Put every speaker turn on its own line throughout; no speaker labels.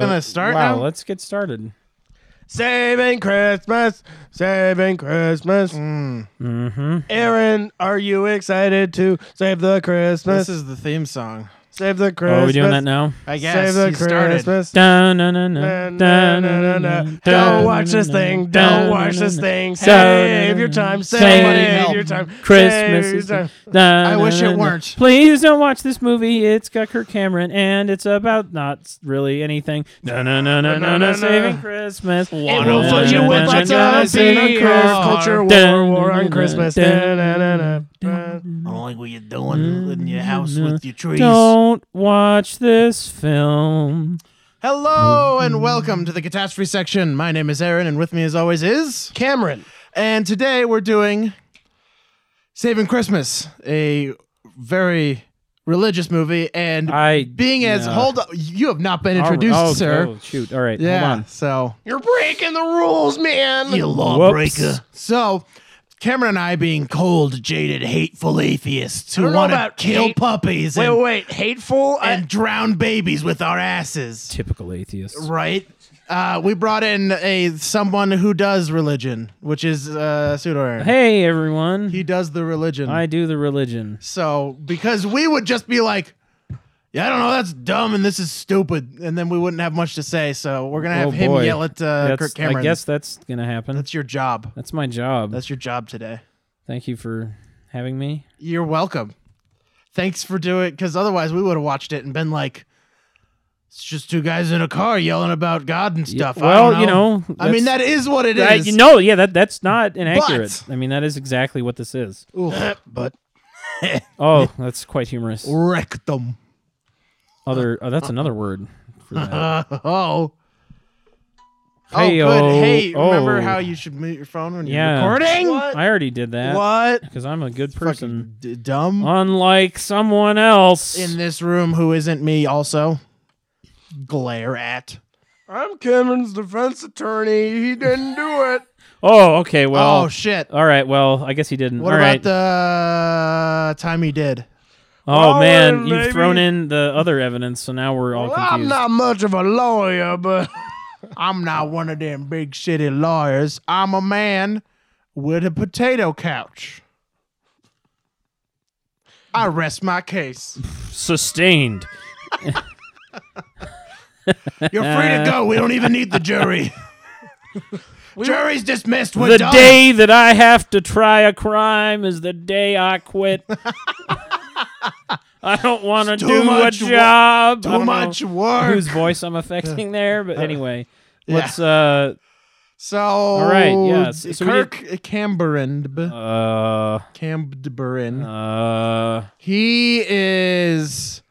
gonna start
wow,
now?
let's get started.
Saving Christmas, saving Christmas.
Mm.
Mm-hmm.
Aaron, are you excited to save the Christmas?
This is the theme song.
save the Christmas.
Oh, are we doing that now?
I guess
Save the
he started.
Christmas.
Dun, dun, dun,
Na,
dun,
na,
dun,
na,
dun,
na,
dun,
na.
dun,
Don't
dun,
watch this
dun,
thing.
dun,
Don't
dun,
watch
dun,
this
dun,
thing.
dun, dun,
Save your
dun,
time.
dun,
Save
help.
your time.
Christmas
Save your
is-
time.
dun,
I wish
dun,
it
dun.
weren't.
Please don't watch this movie. It's got Kirk Cameron, and it's about not s- really anything. No, no, no, no, no, no. Saving Christmas.
Wanna
It'll
fuck
flood you
dun,
with
dun,
lots
dun,
of
dun,
beer,
dun,
culture, war,
dun,
war
dun,
on
dun,
Christmas.
dun,
Na, na, Uh, na, na.
I don't like what you're doing in your house with your trees.
Don't watch this film.
Hello and welcome to the catastrophe section. My name is Aaron, and with me, as always, is
Cameron,
and today we're doing Saving Christmas, a very religious movie, and
I
being as
no.
hold up, you have not been
All right.
introduced,
oh,
sir.
Oh, shoot. All right.
Yeah,
Hold on.
so
you're breaking the rules, man.
You
lawbreaker.
So, Cameron and I, being cold, jaded, hateful atheists
I
who
don't know
want to
about
kill
hate-
puppies
Wait,
and,
wait, hateful. I-
and drown babies with our asses,
Typical atheists.
right? Uh, we brought in a someone who does religion, which is uh, pseudo Aaron.
Hey, everyone.
He does the religion.
I do the religion.
so, because we would just be like. Yeah, I don't know. That's dumb, and this is stupid, and then we wouldn't have much to say. So we're gonna have
Oh,
him
boy.
yell at uh,
That's-
Kirk Cameron.
I guess that's gonna happen. That's,
that's your job.
my job.
That's your job today.
Thank you for having me.
You're welcome. Thanks for doing because otherwise we would have watched it and been like, it's just two guys in a car yelling about God and
Yeah,
stuff. I
well,
don't
you know,
I mean that is what it is.
I, you know, yeah, that that's not inaccurate. I mean, that is exactly what this is.
Ooh, but
Oh, that's quite humorous.
rectum.
Other, oh, that's another word. For that.
Uh, oh. Oh,
Hey-o,
good. Hey, remember
oh.
how you should mute your phone when
Yeah.
you're recording?
What?
I already did that
What?
because I'm a good person,
Fucking d- dumb.
unlike someone else.
in this room who isn't me also. Glare at.
I'm Cameron's defense attorney. He didn't do it.
oh, okay. Well,
oh shit.
all right. Well, I guess he didn't.
What
all
about
right.
the time he did?
oh
All
man,
in,
you've
baby.
thrown in the other evidence, so now we're all
Well,
confused.
I'm not much of a lawyer, but
I'm not one of them big city lawyers. I'm a man with a potato couch. I rest my case.
Sustained.
You're free to go. We don't even need the jury. Jury's dismissed. We're
the
done.
day that I have to try a crime is the day I quit. I don't want to
It's too
do a
much wo-
job. I
Too
don't know
much work. Uh,
Whose voice I'm affecting there, but anyway,
Yeah.
let's. Uh,
so,
right, yeah, so- so we did-
Kirk Camberin,
uh,
Camberin.
uh,
he is.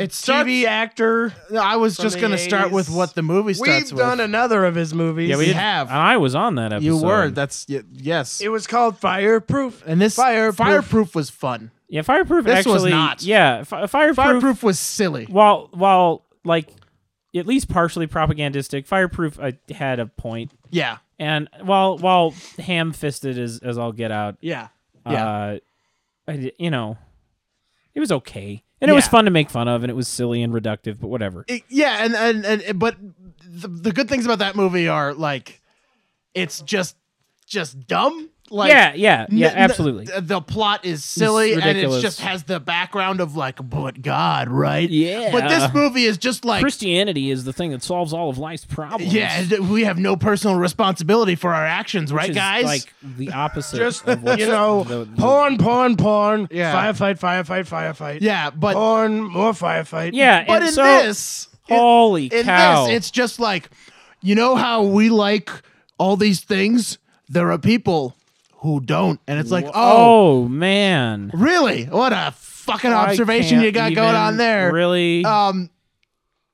It starts-
TV actor.
I was
From
just
the
gonna start with
80s.
what the movie starts
We've done
with.
another of his movies.
yeah, we
You
did,
have.
and I was on that episode.
you were. That's y- yes.
It was called Fireproof.
and this
Fireproof.
fireproof was fun.
yeah, fireproof.
This
actually,
was not.
Yeah, fi- fireproof.
Fireproof was silly.
While while like at least partially propagandistic, fireproof. I had a point.
Yeah.
And while while ham fisted as as I'll get out,
Yeah. Yeah.
uh, I d you know, it was okay, and it was
Yeah.
fun to make fun of, and it was silly and reductive, but whatever.
It- yeah, and, and and and- but the, the good things about that movie are like it's just just dumb. Like
yeah, yeah, yeah,
n- n-
absolutely.
th- the plot is silly and it
ridiculous.
just has the background of like but God, right?
Yeah.
But this movie is just like
Christianity is the thing that solves all of life's problems.
yeah, th- we have no personal responsibility for our actions,
which
right,
is
guys?
Like the opposite.
Just
of what's
you know,
the- the-
porn, porn, porn.
Yeah.
Firefight, firefight, firefight.
yeah, but
Porn, more firefight.
yeah,
but
and
in
so,
this, in-
holy
in
cow!
this, it's just like, you know how we like all these things? There are people who don't. And it's like, oh,
oh man,
really? What a fucking
I
observation
can't
you got going
even
on there.
Really?
Um,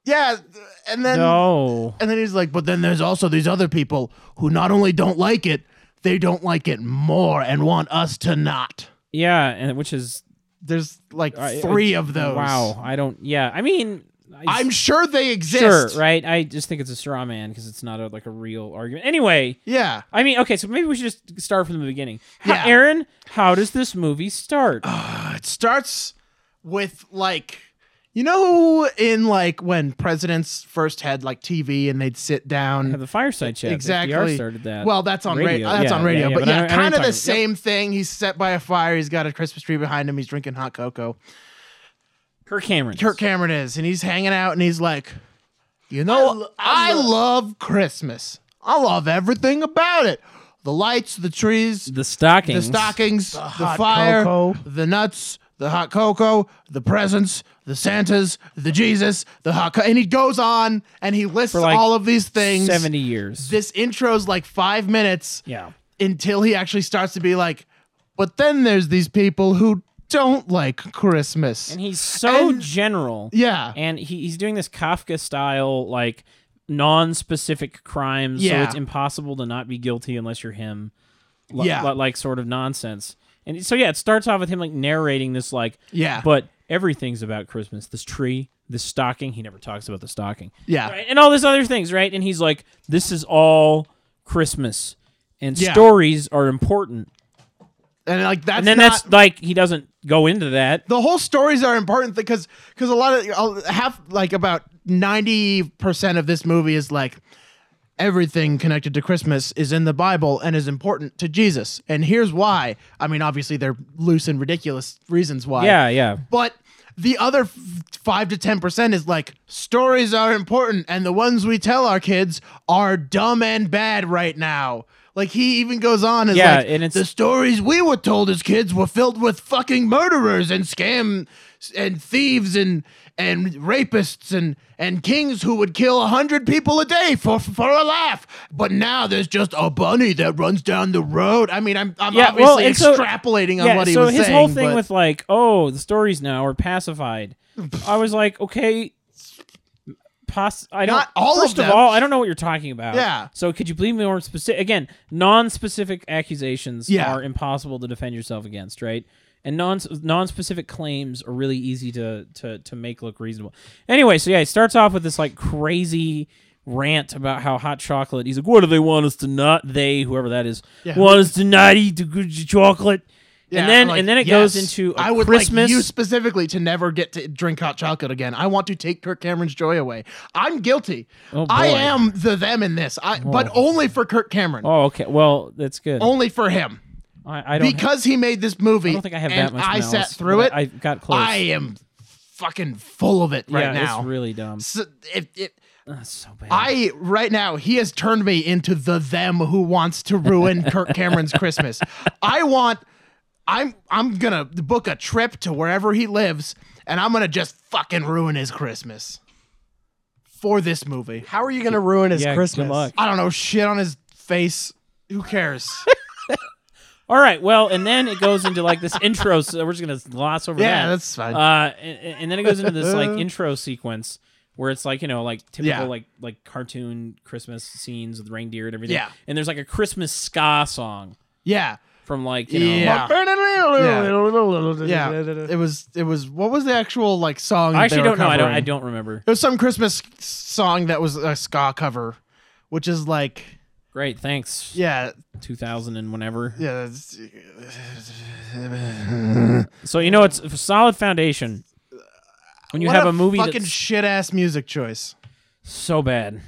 yeah. th- And then,
no.
and then he's like, but then there's also these other people who not only don't like it, they don't like it more and want us to not.
Yeah, and which is
There's like
I- I-
three of those.
wow. I don't. Yeah, I mean, I
I'm sure they exist.
Sure, right? I just think it's a straw man because it's not a, like a real argument. Anyway,
Yeah.
I mean, okay, so maybe we should just start from the beginning. How-
Yeah.
Aaron, how does this movie start?
it starts with like You know, in like when presidents first had like TV and they'd sit down.
Have the fireside chat. FDR
exactly.
started that.
Well, that's on radio.
Radio.
that's
Yeah,
on radio,
yeah, yeah,
but,
but I- I
yeah,
know what you're
kind of
talking
the
about.
same thing. He's set by a fire. He's got a Christmas tree behind him. He's drinking hot cocoa.
Kirk Cameron.
Kirk Cameron is, and he's hanging out, and he's like, you know, I, love Christmas. I love everything about it. The lights, the trees,
The stockings.
the stockings, the,
hot
fire,
cocoa.
the nuts, the hot cocoa, the presents, the Santas, the Jesus, the hot co- and he goes on and he lists
like
all of these things.
Seventy years.
This intro's like five minutes
yeah.
until he actually starts to be like, but then there's these people who don't like Christmas.
And he's so
And-
general.
yeah.
And he, he's doing this Kafka style, like non-specific crimes, so
Yeah.
it's impossible to not be guilty unless you're him. Li-
Yeah.
li- like sort of nonsense. And so yeah, it starts off with him like narrating this like
yeah.
but everything's about Christmas. This tree, this stocking. He never talks about the stocking,
yeah.
right? And all these other things, right? And he's like, "This is all Christmas, and
Yeah.
stories are important."
And like that's
And then
not,
that's like he doesn't go into that.
the whole stories are important because because a lot of uh, half like about ninety percent of this movie is like everything connected to Christmas is in the Bible and is important to Jesus. And here's why. I mean, obviously they're loose and ridiculous reasons why.
Yeah, yeah.
But the other f- five to ten percent is like stories are important, and the ones we tell our kids are dumb and bad right now. Like he even goes on as
Yeah,
like
and it's-
the stories we were told as kids were filled with fucking murderers and scam and thieves and and rapists and and kings who would kill a hundred people a day for for a laugh. But now there's just a bunny that runs down the road. I mean, I'm I'm
Yeah, well,
obviously
and so-
extrapolating on
yeah,
what he
so
was
his
saying.
whole thing
but-
with like, oh, the stories now are pacified. I was like, okay, pos- I don't.
Not all of
first of,
them.
all, I don't know what you're talking about.
Yeah.
So could you be more specific? Again, non-specific accusations
Yeah.
are impossible to defend yourself against, right? And non non-specific claims are really easy to to to make look reasonable. Anyway, so yeah, it starts off with this like crazy rant about how hot chocolate. He's like, "What do they want us to not? They, whoever that is,
Yeah, who-
want us to not eat the good chocolate."
Yeah,
and then
like,
and then it goes
yes,
into a
I would
Christmas.
like you specifically to never get to drink hot chocolate again. I want to take Kirk Cameron's joy away. I'm guilty.
Oh,
I
boy.
am the them in this. I but only for Kirk Cameron.
oh, okay. Well, that's good.
Only for him
I, I don't. ha-
Oh, because he made this movie.
I don't think I have
and
that much.
I
malice,
sat through
but
it.
I
I,
got close.
am fucking full of it
yeah,
right now.
it's really dumb.
So, it- it-
That's so bad.
I right now he has turned me into the them who wants to ruin Kirk Cameron's Christmas. I want I'm I'm gonna book a trip to wherever he lives and I'm gonna just fucking ruin his Christmas for this movie.
How are you going to ruin his
yeah,
Christmas?
Good luck.
I don't know shit on his face. Who cares?
All right. Well, and then it goes into like this intro. So we're just gonna gloss over that.
yeah, that's fine.
Uh, and, and then it goes into this like intro sequence where it's like you know like typical
Yeah.
like like cartoon Christmas scenes with reindeer and everything.
Yeah.
And there's like a Christmas ska song
yeah,
from like you know
Yeah. yeah.
Yeah.
It was it was what was the actual like song?
I
they
actually
were
don't know. I don't. I
covering?
don't remember.
It was some Christmas song that was a ska cover, which is like
Great. Thanks.
yeah,
2000 and whenever.
Yeah, that's,
So you know it's a solid foundation. When you
What
have a, movie
fucking
that's
shit ass music choice.
so bad.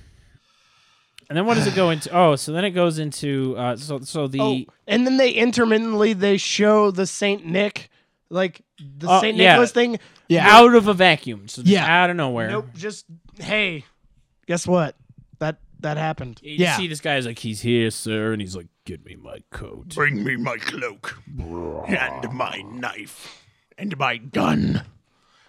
And then what does it go into? Oh, so then it goes into uh, so so the
Oh, and then they intermittently they show the Saint Nick, like the
Oh,
Saint
yeah.
Nicholas thing.
out of a vacuum. So just
Yeah.
out of nowhere.
Nope, just hey, guess what? That that happened.
You
Yeah.
see this guy's like, he's here, sir, and he's like, give me my coat.
Bring me my cloak and my knife and my gun.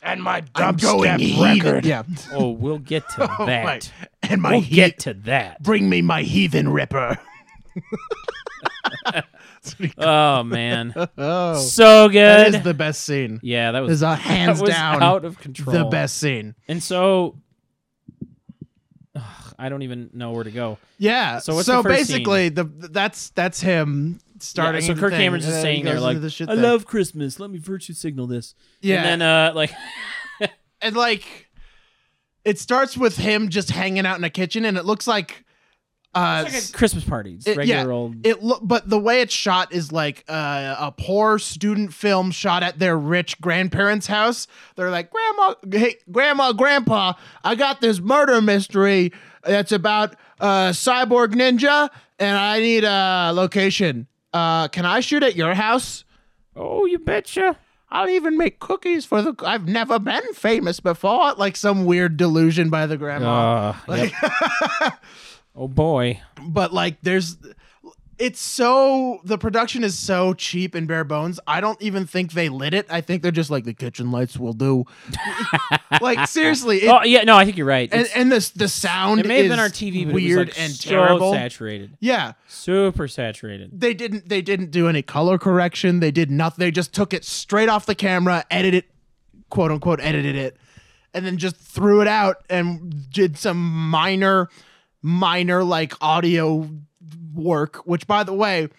And my
I'm going heathen. Yeah.
Oh, we'll get to
Oh,
that.
my- And my
We'll
heat.
get to that.
Bring me my heathen ripper.
Oh man,
Oh,
so
that
good.
is the best scene.
yeah, that was,
Is a hands
that was
down
out of control.
the best scene.
And so, Ugh, I don't even know where to go.
Yeah.
So what's
so
the first
basically, the that's that's him starting.
Yeah, so
the
Kirk
thing,
Cameron's
and
just
then he
saying there,
goes
like,
into the shit
I
thing.
love Christmas. Let me virtue signal this.
Yeah.
And then, uh, like,
and like it starts with him just hanging out in a kitchen and it looks like uh,
It's like a Christmas party. It's
It- yeah,
regular old.
It look, but the way it's shot is like uh, a poor student film shot at their rich grandparents' house. They're like, "Grandma, hey, Grandma, Grandpa, I got this murder mystery that's about uh, cyborg ninja, and I need a location. Uh, can I shoot at your house?
oh, you betcha.
I'll even make cookies for the. I've never been famous before. Like some weird delusion by the grandma.
Uh,
Like-
oh boy.
but like there's it's so the production is so cheap and bare bones i don't even think they lit it i think they're just like the kitchen lights will do like seriously it,
oh yeah, no, I think you're right.
and,
It's-
and this the sound
it may have
is
been our TV, but
weird
it was like
and
so
terrible
saturated,
yeah
super saturated.
they didn't they didn't do any color correction they did nothing they just took it straight off the camera edited it quote unquote edited it and then just threw it out and did some minor minor like audio work which by the way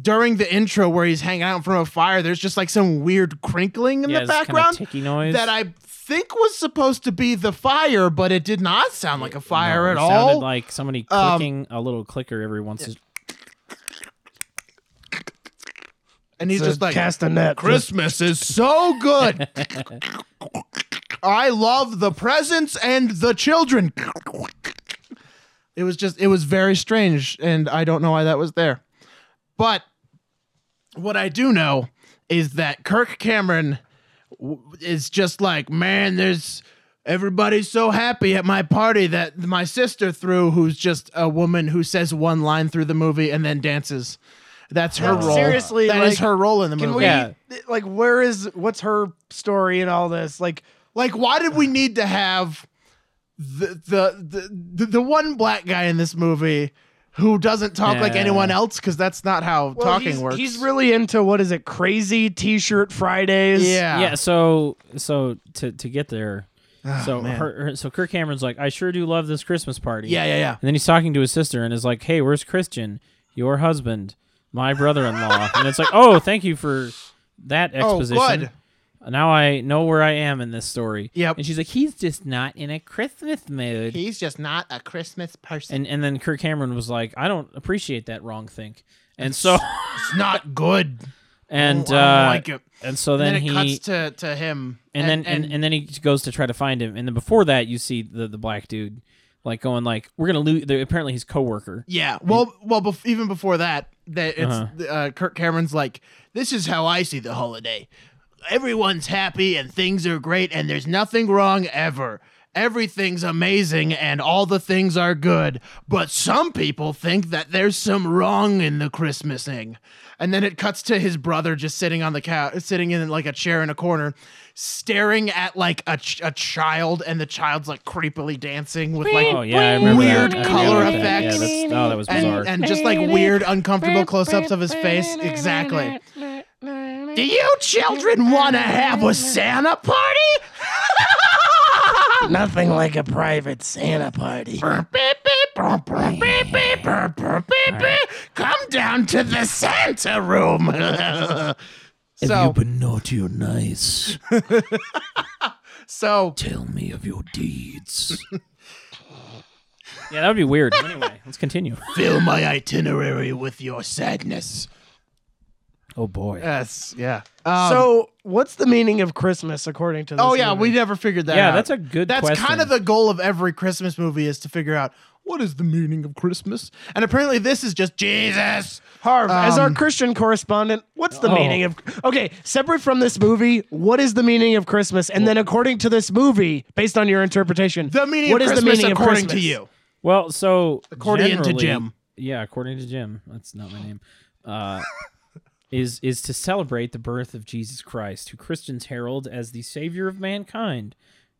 during the intro where he's hanging out in front of a fire there's just like some weird crinkling in
yeah,
the
it's kinda
background
ticky noise.
that i think was supposed to be the fire but it did not sound like a fire
No,
at
it
all
Sounded like somebody
Um,
clicking a little clicker every once. in-
and he's
So
just like
cast a net.
Christmas is so good. I love the presents and the children. It was just, it was very strange, and I don't know why that was there. But what I do know is that Kirk Cameron w- is just like, man, there's everybody's so happy at my party that my sister threw, who's just a woman who says one line through the movie and then dances. That's her
No,
role.
seriously,
that is
like,
her role in the movie.
Can we?
Yeah.
Like, where is what's her story and all this? Like,
Like, why did we need to have the the the, the one black guy in this movie who doesn't talk like
Yeah.
anyone else? Because that's not how
well,
talking
he's,
works.
He's really into what is it? Crazy T-shirt Fridays.
yeah.
yeah, so so to to get there,
Oh,
so
man.
her, her- so Kirk Cameron's like, I sure do love this Christmas party.
yeah, yeah, yeah.
And then he's talking to his sister and is like, "Hey, where's Christian? Your husband, my brother-in-law." and it's like, "Oh, thank you for that exposition."
Oh, good.
Now I know where I am in this story.
Yep.
And she's like, "He's just not in a Christmas mood."
He's just not a Christmas person.
and and then Kirk Cameron was like, "I don't appreciate that wrong think." And so
it's not good.
and
Oh, I don't
uh,
like it.
and so then,
And then,
he
it cuts to to him,
and, then and, and then he goes to try to find him. And then before that, you see the the black dude like going like, "We're gonna lose." Apparently, his coworker.
Yeah. Well, well, bef- even before that, that it's
Uh-huh.
uh, Kirk Cameron's like, this is how I see the holiday. Everyone's happy and things are great and there's nothing wrong ever. Everything's amazing and all the things are good. But some people think that there's some wrong in the Christmasing. And then it cuts to his brother just sitting on the couch, sitting in like a chair in a corner, staring at like a, ch- a child, and the child's like creepily dancing with like
Oh yeah, I remember
Weird
that. I
color
remember that.
effects.
Yeah, that's, oh, that was bizarre.
and, and just like weird, uncomfortable close ups of his face. Exactly. Do you children want to have a Santa party?
Nothing like a private Santa party.
Come down to the Santa room. so,
been naughty or nice?
so
Tell me of your deeds.
yeah, that would be weird. anyway, let's continue.
fill my itinerary with your sadness.
Oh boy.
Yes, yeah.
so, um, what's the meaning of Christmas according to this?
oh yeah,
movie?
we never figured that.
yeah,
out.
that's a good.
That's
question.
kind of the goal of every Christmas movie is to figure out what is the meaning of Christmas. And apparently this is just Jesus.
Harv, as our
Um,
Christian correspondent, what's the
Oh.
meaning of Okay, separate from this movie, what is the meaning of Christmas? And then according to this movie, based on your interpretation,
The meaning
what
of
is
Christmas
the meaning of
according to
Christmas?
you.
well. So
According to
generally-
Jim.
Yeah, according to Jim. That's not my name. Uh, is is to celebrate the birth of Jesus Christ, who Christians herald as the Savior of mankind,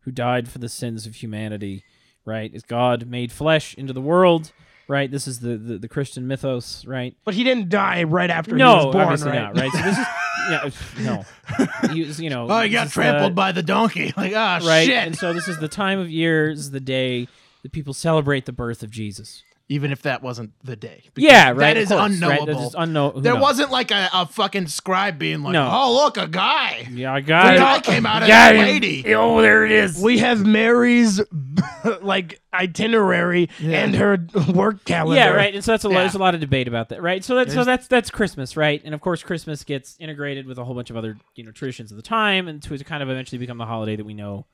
who died for the sins of humanity. Right? Is God made flesh into the world? Right? This is the the, the Christian mythos. Right?
But he didn't die right after
no,
he was born,
obviously
right?
not. Right? So this is. Yeah, no. He was, you know.
Oh, he got
this is the-
trampled by the donkey. Like, ah,
right?
shit.
And so this is the time of year, this is the day that people celebrate the birth of Jesus.
even if that wasn't the day. Because
Yeah, right.
That
of
is
course, Right?
unknowable.
That's just unknow- who
there
knows?
wasn't like a, a fucking scribe being like,
No.
"Oh, look, a guy."
Yeah, I
A
got
guy
it.
came out as
Got
a
him.
lady.
Oh, there it is.
We have Mary's like itinerary and her work calendar.
yeah, right. And so that's a lot,
Yeah.
there's a lot of debate about that, right? So that so that's that's Christmas, right? And of course, Christmas gets integrated with a whole bunch of other you know traditions of the time, and to to kind of eventually become the holiday that we know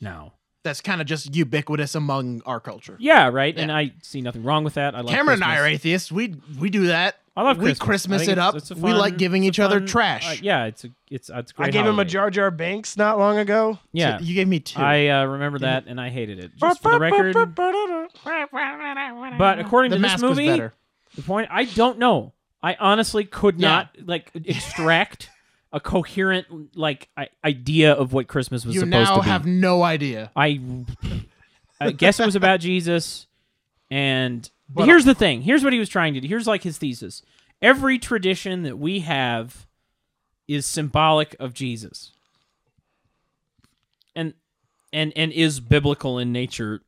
now.
That's kind of just ubiquitous among our culture.
Yeah, right. And
Yeah.
I see nothing wrong with that. I love
Cameron and I
Christmas.
are atheists. We we do that.
I love
we
Christmas. I
Christmas
think
it
it's-
up.
it's a
we
fun-
like giving
it's
each
a
other
fun-
trash.
uh, yeah, it's a it's it's a great.
I gave him a
holiday.
Jar Jar Banks not long ago.
Yeah,
you gave me two.
I uh, remember that, and I hated it. Just for the record. But according
the
to
mask
this movie,
was better.
The point I don't know. I honestly could not like extract a coherent like I- idea of what Christmas was
You
supposed
now
to be.
have no idea.
I I guess it was about Jesus and here's the thing. Here's what he was trying to do. Here's like his thesis. Every tradition that we have is symbolic of Jesus. And and and is biblical in nature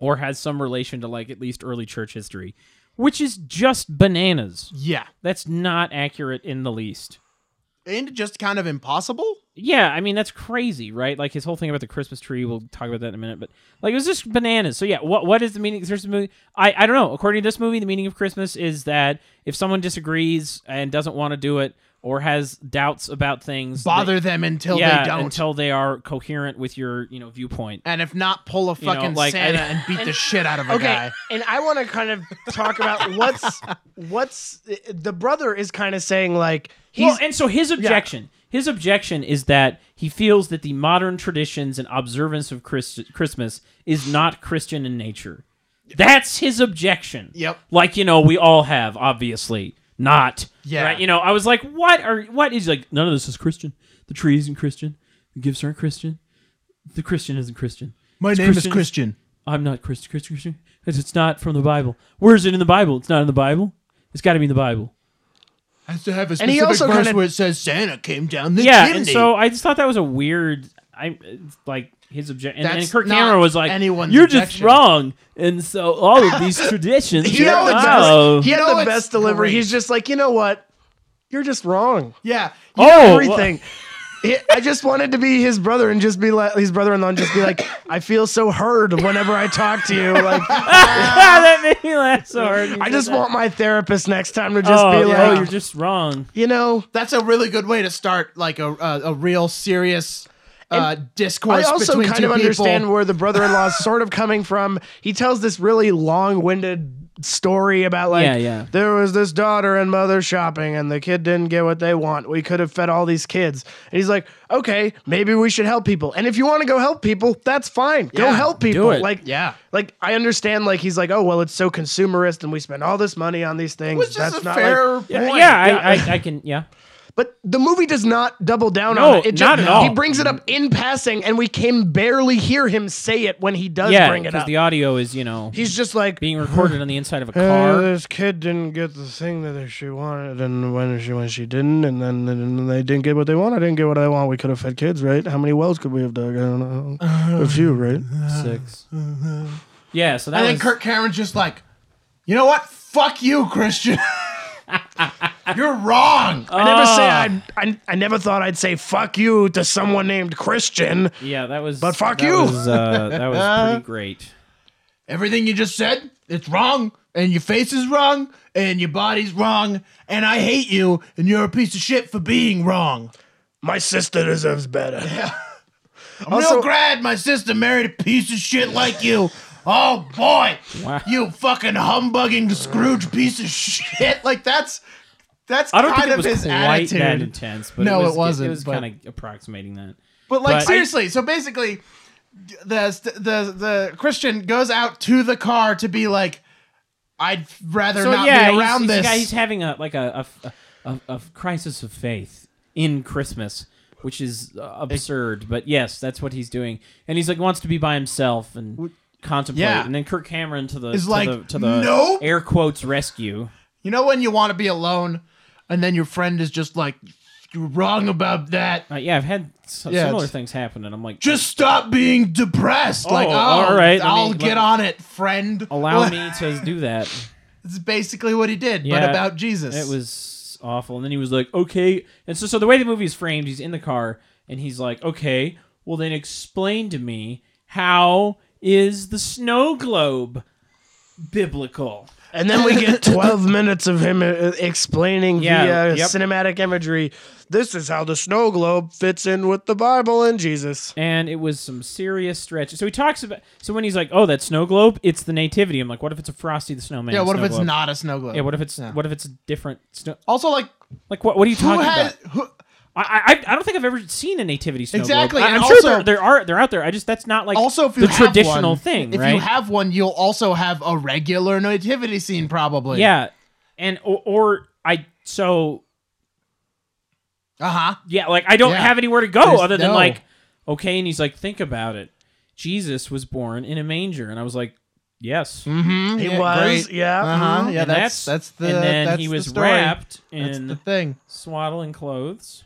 or has some relation to like at least early church history, which is just bananas.
Yeah,
That's not accurate in the least.
and just kind of impossible.
Yeah, I mean that's crazy, right? Like his whole thing about the Christmas tree. We'll talk about that in a minute, but like it was just bananas. So yeah, what what is the meaning of Christmas movie? I I don't know. According to this movie, the meaning of Christmas is that if someone disagrees and doesn't want to do it or has doubts about things,
Bother them until
they, yeah,
they don't.
until they are coherent with your you know viewpoint.
and if not, pull a
know,
fucking
like, I-
Santa and beat the shit out of a
Okay,
guy.
and I want to kind of talk about what's what's the brother is kind of saying like he's
well, and so his objection, his objection is that he feels that the modern traditions and observance of Christ- Christmas is not Christian in nature. That's his objection.
Yep.
Like you know, we all have obviously not.
Yeah.
Right. You know, I was like, what are what is like? None of this is Christian. The tree isn't Christian. The gifts aren't Christian. The Christian isn't Christian.
My
It's
name is
Christian-
Christian.
I'm not Christian. Christian. Christian. It's, it's not from the Bible. Where is it in the Bible? It's not in the Bible. It's got to be in the Bible.
Has to have a
And he
specific
also
verse
kinda-
where it says Santa came down the
yeah,
chimney.
and so I just thought that was a weird. I it's like his objection, and, and
That's
Kirk
not
Cameron was like,
anyone's
"You're just
objection."
wrong," and so all of these traditions.
he had the
oh.
best, he had
You know
the
it's
best delivery.
great.
He's just like you know what, you're just wrong.
yeah,
oh, well,
everything. It- I just wanted to be his brother and just be like his brother-in-law and just be like, I feel so heard whenever I talk to you. Like,
that made me laugh so hard.
I just want my therapist next time to just
oh,
be
yeah,
like,
you're just wrong.
you know.
that's a really good way to start like a a, a real serious uh, discourse
I also
between
kind
two
of understand
people.
where the brother-in-law is sort of coming from. He tells this really long-winded story about like
Yeah, yeah.
there was this daughter and mother shopping and the kid didn't get what they want. We could have fed all these kids. And he's like, "Okay, maybe we should help people." And if you want to go help people, that's fine. go
Yeah,
help
do
people.
it.
Like
Yeah.
Like I understand like he's like, "Oh, well, it's so consumerist and we spend all this money on these things."
Which is
that's
a
not like-
fair
Yeah,
point.
I, I, I can. Yeah,
but the movie does not double down
No,
on it. it
not at all.
He brings it up in passing, and we can barely hear him say it when he does
yeah,
bring it
because
up.
the audio is you know
He's just like,
being recorded on the inside of a
"Uh,
car.
this kid didn't get the thing that she wanted, and when she when she didn't, and then and they didn't get what they wanted. I didn't get what I want. We could have fed kids, right? How many wells could we have dug? I don't know. A few, right?
Six. Yeah, so that
And then
was
Kirk Cameron's just like, you know what? Fuck you, Christian. You're wrong.
I never say
Ah.
I, I. I never thought I'd say fuck you to someone named Christian.
Yeah, that was.
But fuck
that
you.
Was, uh, that was pretty great.
Everything you just said, it's wrong. And your face is wrong. And your body's wrong. And I hate you. And you're a piece of shit for being wrong.
My sister deserves better.
I'm
Also-
real glad my sister married a piece of shit like you. Oh boy,
Wow.
you fucking humbugging Scrooge piece of shit. Like that's that's
I don't
kind
think it
of
was
his
quite
attitude.
that intense, but
No,
it,
it
was,
wasn't,
It was
but-
kind of approximating that.
But like
But-
seriously, so basically, the the the Christian goes out to the car to be like, I'd rather
So
not
yeah,
be around
he's, he's,
this.
yeah, he's having a like a a, a, a a crisis of faith in Christmas, which is uh, absurd. But yes, that's what he's doing, and he's like wants to be by himself and contemplate.
yeah.
And then Kirk Cameron to the
Is
to
like,
the, to the
"Nope."
air quotes rescue.
you know when you want to be alone, and then your friend is just like, You're wrong about that.
Uh, yeah, I've had s-
Yeah,
similar
it's-
things happen, and I'm like,
Just stop being depressed. like,
Oh,
oh,
all right, let
I'll
me-
get
let-
on it, friend.
allow me to do that.
It's basically what he did,
Yeah,
but about Jesus.
It was awful. And then he was like, okay. And so, so the way the movie is framed, he's in the car and he's like, okay, well, then explain to me how is the snow globe biblical?
And then we get 12 minutes of him uh, explaining
Yeah,
via
yep.
cinematic imagery. This is how the snow globe fits in with the Bible and Jesus.
And it was some serious stretch. So he talks about, so when he's like, oh, that snow globe, it's the nativity. I'm like, what if it's a Frosty the Snowman?
yeah, what if
snow
it's
globe?
not a snow globe?
Yeah, what if it's
Yeah.
what if it's different snow?
also like
Like what? What are you
who
talking
has
about?
who,
I, I I don't think I've ever seen a nativity snow
Exactly,
globe. I- I'm
and
sure
also-
there, there are they're out there. I just that's not like
also if you
the
have
traditional
one,
thing.
If
right?
you have one, you'll also have a regular nativity scene probably.
Yeah, and or, or I so
Uh-huh.
yeah, like I don't
Yeah.
have anywhere to go
There's
other than
no-
like okay, and he's like, think about it. Jesus was born in a manger, and I was like, yes,
Mm-hmm.
He was, yeah.
Uh-huh.
mhm.
Yeah,
And
that's that's the
and then
that's
he
the
was
story.
wrapped
That's
in
the thing.
swaddling clothes.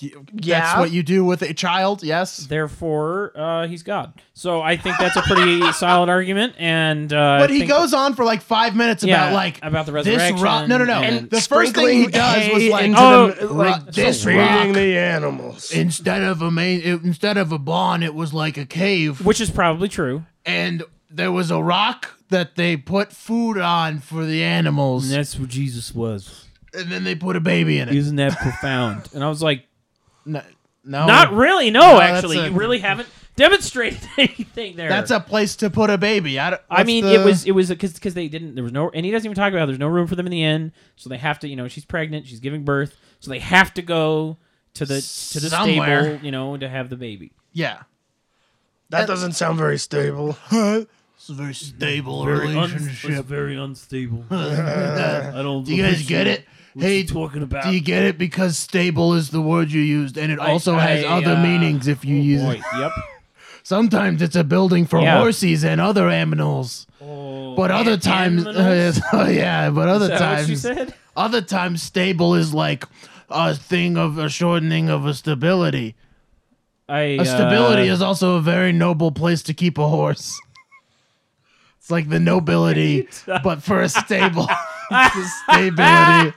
Yeah.
That's what you do with a child, yes.
Therefore, uh, he's God. So I think that's a pretty solid argument. And uh,
But
I
he
think-
goes on for like five minutes
Yeah,
about like
about the
This
resurrection.
rock. No, no, no.
and-
the first thing he does was
Sprinkling
like,
into
Oh,
the-
like,
like
this
feeding
rock
the animals.
instead of a main, it- instead of a barn, it was like a cave,
which is probably true.
and there was a rock that they put food on for the animals,
that's what Jesus was.
and then they put a baby in it.
Isn't that profound? And I was like,
No, no.
Not really. No,
Oh. No, that's
actually,
a-
you really haven't demonstrated anything there.
That's a place to put a baby. I, don't-
I
what's
mean,
the-
it was it was because because they didn't. There was no, and he doesn't even talk about. how There's no room for them in the end, so they have to. You know, she's pregnant. She's giving birth, so they have to go to the to the
Somewhere.
stable. You know, to have the baby.
yeah.
That doesn't sound very stable.
It's a very stable
It's
relationship.
very unstable.
Uh,
I don't.
do you guys get it? Hey,
you talking about?
do you get it? Because stable is the word you used, and it also has
I,
other
uh,
meanings if you use it.
Boy, yep.
Sometimes it's a building for
Yeah.
horses and other animals,
Oh,
but other
and-
times,
animals?
oh, yeah, but other
Is that what she
times,
said?
other times, stable is like a thing of a shortening of a stability.
I
A stability
uh,
is also a very noble place to keep a horse. It's like the nobility, but for a stable. it's the stability.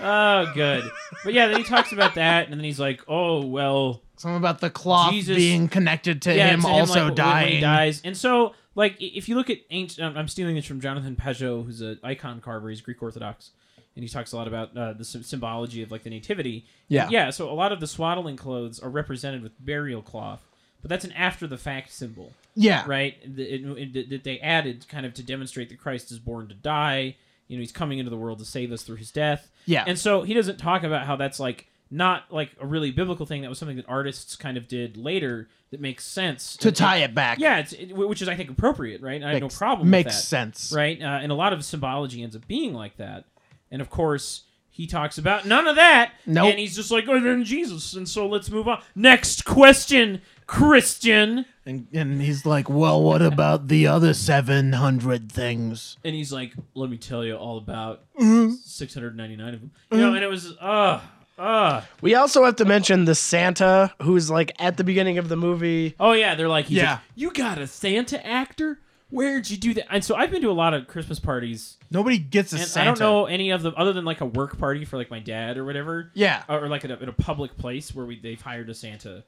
oh good. But yeah, then he talks about that, and then he's like, "Oh well."
Something about the cloth
Jesus-
being connected to him
to
also
like, when- when he
dying.
dies. And so, like, i- if you look at ancient, um, I'm stealing this from Jonathan Peugeot, who's an icon carver. He's Greek Orthodox, and he talks a lot about uh, the sy- symbology of like the nativity.
Yeah.
yeah. So a lot of the swaddling clothes are represented with burial cloth, but that's an after the fact symbol,
Yeah.
right? The- it- it- That they added kind of to demonstrate that Christ is born to die. You know, he's coming into the world to save us through his death.
Yeah.
And so he doesn't talk about how that's like not like a really biblical thing. That was something that artists kind of did later that makes sense
to
And-
tie it back.
yeah, it's, it, which is I think appropriate, right? I have no
Makes-
problem.
Makes
with that,
sense.
right? Uh, and a lot of symbology ends up being like that. And of course, he talks about none of that.
Nope.
And he's just like, oh, then Jesus. And so let's move on. Next question, Christian.
And, and he's like, well, what about the other 700 things?
And he's like, let me tell you all about
Mm-hmm.
699 of them. You know, and it was, uh, uh.
We also have to mention the Santa who's like at the beginning of the movie.
Oh yeah, they're like, he's
Yeah.
like, you got a Santa actor? Where'd you do that? And so I've been to a lot of Christmas parties
Nobody gets a
and
Santa.
I don't know any of them other than like a work party for like my dad or whatever.
Yeah.
or, or like at a, at a public place where we they've hired a Santa.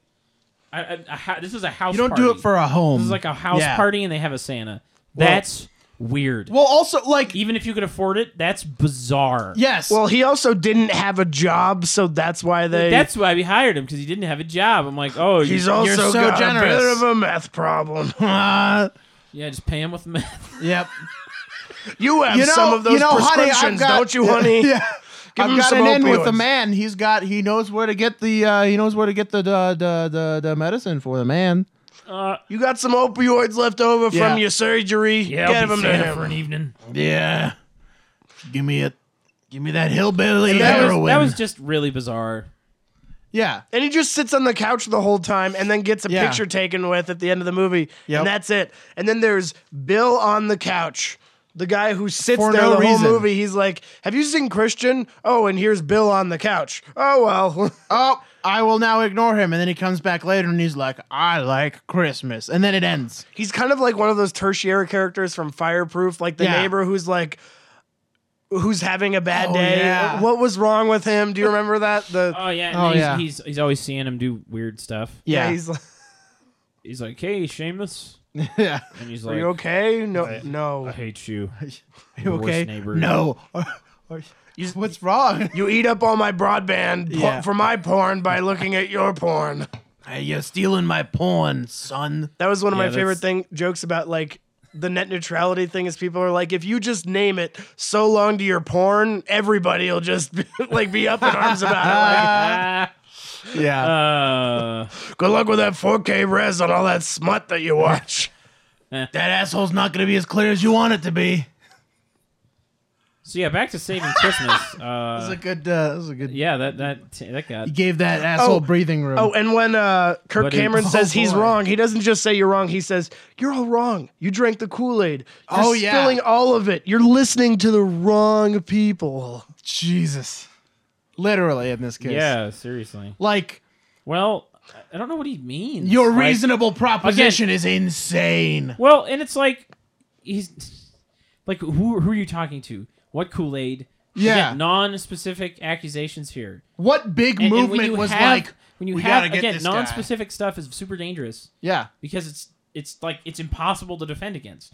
I, I, a ha- this is a house.
You don't do
party.
it for a home.
This is like a house
Yeah.
party, and they have a Santa.
Well-
That's weird.
Well, also, like,
Even if you could afford it, that's bizarre.
yes.
Well, he also didn't have a job, so that's why they.
that's why we hired him because he didn't have a job. I'm like, oh, you-
he's also
so
got a bit
generous.
of a meth problem.
Uh,
yeah, just pay him with meth.
yep.
You have
you know,
some of those
you know, honey,
prescriptions,
I've got,
don't you, honey?
yeah. I've
him
got
some
an in with a
opioids.
man. He's got. He knows where to get the. Uh, he knows where to get the the, the the the medicine for the man.
Uh,
You got some opioids left over
Yeah.
from your surgery.
yeah,
Give
I'll be
them to
Santa
him.
for an evening.
Yeah. Give me it. Give me that hillbilly
That
heroin.
was, that was just really bizarre.
yeah.
And he just sits on the couch the whole time and then gets a
Yeah.
picture taken with at the end of the movie.
Yep.
And that's it. And then there's Bill on the couch The guy who sits
For
there
no
the
reason.
whole movie, he's like, "Have you seen Christian? Oh, and here's Bill on the couch. Oh well."
Oh, I will now ignore him. And then he comes back later and he's like, I like Christmas. And then it ends.
He's kind of like one of those tertiary characters from Fireproof, like the
Yeah.
neighbor who's like, who's having a bad
Oh,
day.
yeah.
What was wrong with him? Do you remember that? The
Oh yeah, and
Oh,
he's,
yeah.
he's he's always seeing him do weird stuff.
Yeah.
he's like,
He's like, "Hey, Seamus,"
Yeah.
and he's
"Are
like,
you okay? No,
"I
no.
hate you."
You
Worst
okay?
neighbor.
No. What's wrong?
You eat up all my broadband por-
Yeah.
for my porn by looking at your porn."
Hey, you're stealing my porn, son.
That was one of
Yeah,
my
that's-
favorite thing jokes about like the net neutrality thing is people are like, if you just name it so long to your porn, everybody will just like be up in arms about
Ah,
Yeah.
uh,
it. Like, good luck with that 4K res on all that smut that you watch.
that asshole's not going to be as clear as you want it to be.
so yeah, back to saving Christmas. Uh,
That was a good, uh, that was a good.
yeah, that that that got
He gave that asshole
Oh.
breathing room.
Oh, and when uh, Kirk
But it-
Cameron
Oh,
says he's
boy.
wrong, he doesn't just say you're wrong. He says you're all wrong. You drank the Kool Aid.
Oh, yeah.
spilling all of it. You're listening to the wrong people.
Jesus. Literally, in this case.
yeah, seriously.
Like,
Well, I- I don't know what he means.
your
Like-
reasonable proposition is insane.
Well, and it's like he's like who who are you talking to? What Kool Aid?
Yeah.
non-specific accusations here.
What big
And, and when
movement
you
was
have,
like
when you
"We
have
gotta get
again
this guy."
non-specific stuff is super dangerous
Yeah.
because it's it's like it's impossible to defend against.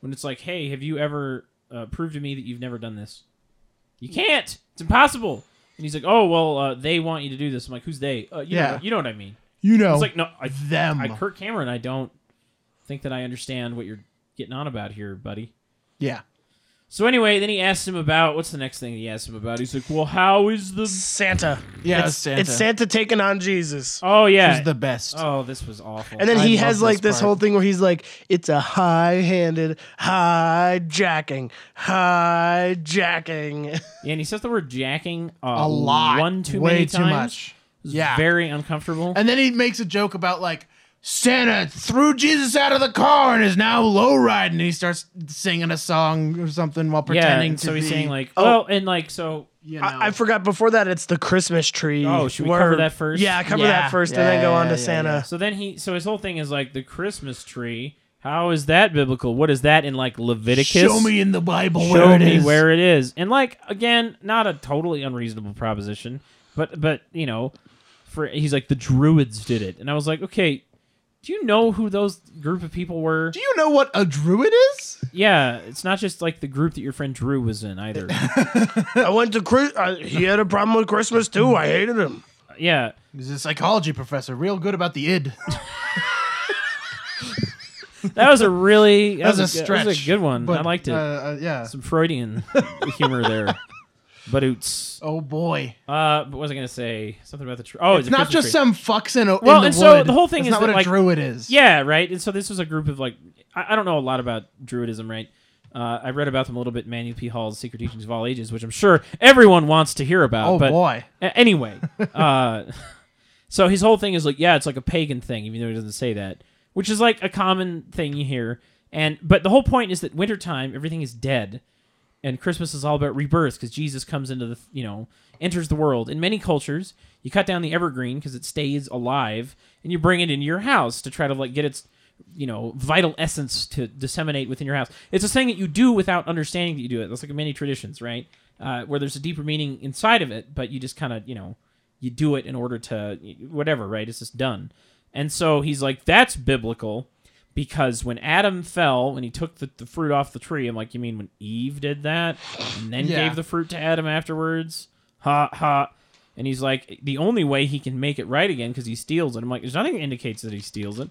When it's like, hey, have you ever uh, proved to me that you've never done this? You can't. It's impossible. And he's like, oh well, uh, they want you to do this. I'm like, who's they? Uh, you
Yeah. Oh.
know, you know what I mean.
You know.
It's like no, I,
them.
I, Kirk Cameron, I don't think that I understand what you're getting on about here, buddy.
yeah.
So anyway, then he asks him about what's the next thing he asks him about. He's like, "Well, how is the?"
Santa.
Yeah,
it's
Santa.
It's Santa taking on Jesus.
Oh yeah.
Who's the best?
oh, this was awful.
And then
I
he
love
has like
this
this,
part.
whole thing where he's like, it's a high-handed hijacking, hijacking.
yeah, and he says the word jacking uh,
a lot.
one too
way
many
too
times.
much.
It's
Yeah.
very uncomfortable.
and then he makes a joke about like Santa threw Jesus out of the car and is now low riding. And he starts singing a song or something while
yeah,
pretending
and
to
so he's
be,
saying like,
Oh.
"Oh,", and like so.
you know,
I, I forgot before that it's the Christmas tree.
Oh, should we cover
where-
that first?
Yeah, cover
Yeah.
that first,
Yeah,
and then go
yeah,
on to
yeah,
Santa.
So then he, so his whole thing is like the Christmas tree. How is that biblical? What is that in like Leviticus?
show me in the Bible
show
where it
me
is.
where it is. And like again, not a totally unreasonable proposition, but but you know, for he's like the druids did it, and I was like, okay, do you know who those group of people were?
Do you know what a druid is?
yeah, it's not just like the group that your friend Drew was in either.
I went to Chris. Uh, he had a problem with Christmas too. I hated him.
yeah,
He's a psychology professor, real good about the id.
that was a really that,
That was a
was, a,
stretch.
That was a good one.
But,
Mm, I liked it.
Uh, uh, yeah.
Some Freudian humor there. But it's
Oh boy.
uh, what was I gonna say? Something about the tree. Oh, it's, a
Not
Christmas
just
tree.
some fucks in a
Well,
in the
and so
wood.
the whole thing
That's
is
not
that,
what
like-
a druid is.
Yeah, right. And so this was a group of like I, I don't know a lot about Druidism, right? Uh, I read about them a little bit in Manuel P. Hall's Secret Teachings of All Ages, which I'm sure everyone wants to hear about.
Oh
but
boy.
a- anyway, uh, so his whole thing is like, yeah, it's like a pagan thing, even though he doesn't say that, which is like a common thing you hear. And but the whole point is that wintertime, everything is dead, and Christmas is all about rebirth because Jesus comes into the you know enters the world. In many cultures, you cut down the evergreen because it stays alive, and you bring it into your house to try to like get its you know vital essence to disseminate within your house. It's a thing that you do without understanding that you do it. That's like many traditions, right? Uh, where there's a deeper meaning inside of it, but you just kind of you know you do it in order to whatever, right? It's just done. And so he's like, that's biblical because when Adam fell and he took the, the fruit off the tree, I'm like, you mean when Eve did that and then
Yeah.
gave the fruit to Adam afterwards? Ha ha. And he's like, the only way he can make it right again because he steals it. I'm like, there's nothing that indicates that he steals it,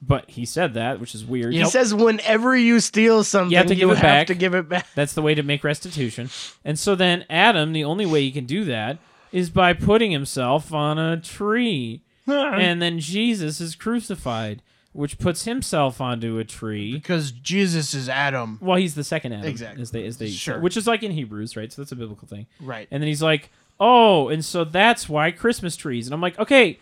but he said that, which is weird.
He says, whenever you steal something, you have to, give, it
back.
back.
That's the way to make restitution. And so then Adam, the only way he can do that is by putting himself on a tree. and then Jesus is crucified, which puts himself onto a tree.
Because Jesus is Adam.
Well, he's the second Adam.
Exactly.
As they, as they,
Sure.
Which is like in Hebrews, right? So that's a biblical thing.
Right.
And then he's like, oh, and so that's why Christmas trees. And I'm like, okay,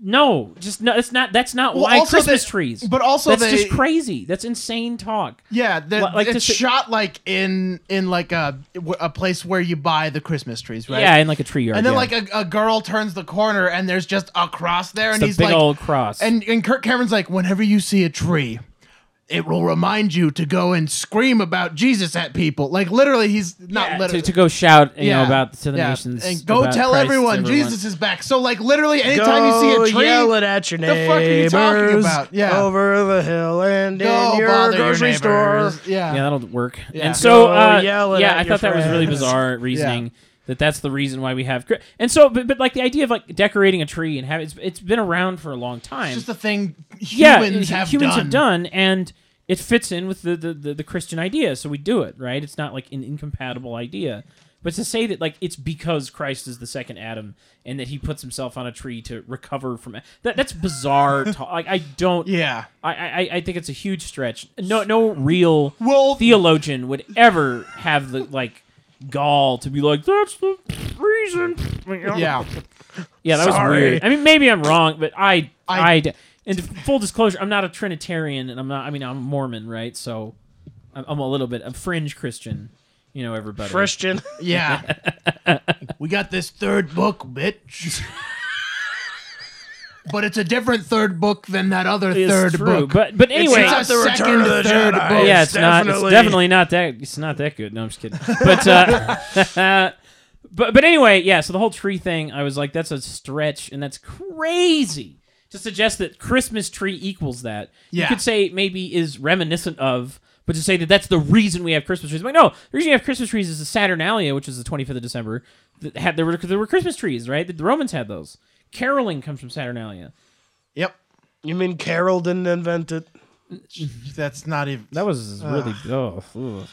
No, just no. It's not. That's not
Well,
why
also
Christmas
they-
trees.
but also
that's
they-
just crazy. That's insane talk.
Yeah, the,
Li- like
it's
to say-
shot like in in like a a place where you buy the Christmas trees, right?
Yeah, in like a tree yard.
And then
yeah.
like a, a girl turns the corner and there's just a cross there,
It's
and
the
he's
big
like,
old cross.
and and Kirk Cameron's like, whenever you see a tree, it will remind you to go and scream about Jesus at people. Like literally, he's not
Yeah, to,
literally.
to go shout, you
yeah,
know, about to the
yeah.
nations.
and go
about
tell
Christ,
everyone, Jesus is back. So like literally, anytime you see a tree,
yelling at your
the fuck are
neighbors
you talking about? Yeah.
over the hill and
go
in your
bother your
grocery store.
neighbors. Yeah.
Yeah, that'll work.
Yeah.
And so,
Go
uh,
yell it
yeah,
at
I
your
thought that was really
friends.
bizarre reasoning. That that's the reason why we have. Chri- And so, but, but like the idea of like decorating a tree and have it's, it's been around for a long time.
It's just a thing humans
yeah, it-
have
humans
done.
have done, and it fits in with the, the, the, the Christian idea, so we do it, right? It's not like an incompatible idea. But to say that like it's because Christ is the second Adam and that he puts himself on a tree to recover from that that's bizarre. to- like I don't,
Yeah.
I, I I think it's a huge stretch. No no real
Well,
theologian would ever have the like gall to be like that's the reason.
yeah.
Yeah, that
Sorry.
was weird. I mean, maybe I'm wrong, but I,
I-
I, and full disclosure, I'm not a Trinitarian, and I'm not. I mean, I'm Mormon, right? So, I'm, I'm a little bit a fringe Christian. You know, everybody.
Christian.
Yeah. we got this third book, bitch. but it's a different third book than that other
It's
third
true,
book.
but but anyway,
not
it's-
the Return of the Jedi.
book.
Oh, yeah, it's, not. It's definitely not that. It's not that good. No, I'm just kidding. But uh, but but anyway, yeah. So the whole tree thing, I was like, that's a stretch, and that's crazy to suggest that Christmas tree equals that.
Yeah.
You could say maybe is reminiscent of. But to say that that's the reason we have Christmas trees, I'm like no, the reason you have Christmas trees is the Saturnalia, which is the 25th of December. That had there were there were Christmas trees, right? The Romans had those. Caroling comes from Saturnalia.
Yep.
You mean Carol didn't invent it?
That's not even.
That was really oh, ugh.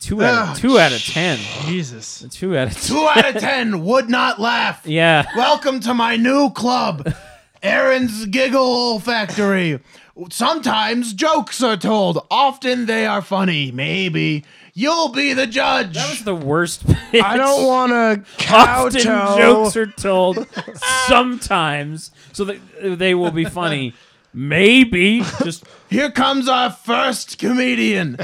two out of, two out of ten.
Jesus.
Two out of ten.
Two out of ten would not laugh.
Yeah.
Welcome to my new club, Aaron's Giggle Factory. Sometimes jokes are told. Often they are funny. Maybe you'll be the judge.
That was the worst pitch.
I don't want to
Often
kowtow.
jokes are told sometimes, so that they will be funny. Maybe just
Here comes our first comedian.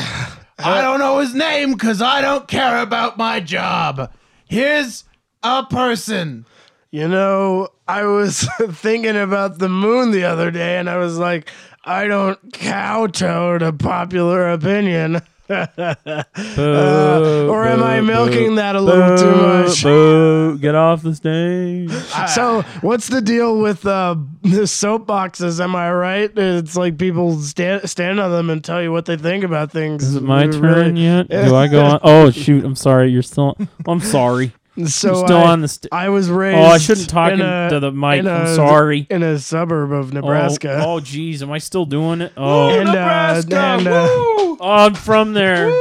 I don't know his name because I don't care about my job. Here's a person.
You know, I was thinking about the moon the other day, and I was like, I don't kowtow to popular opinion. Uh, or am I milking that a little Oh, too much?
get off the stage.
So, what's the deal with uh, the soapboxes? Am I right? It's like people stand stand on them and tell you what they think about things.
Is it my
Really-
turn yet? Do I go on? Oh shoot! I'm sorry. You're still. I'm sorry.
So
You're still
I,
on the sta-
I was raised.
Oh, I shouldn't talk
in
in-
a-
to the mic.
in
I'm
a-
sorry.
In a suburb of
Oh,
Nebraska.
Oh geez, am I still doing it? Oh,
And, uh, and, uh,
oh I'm from there.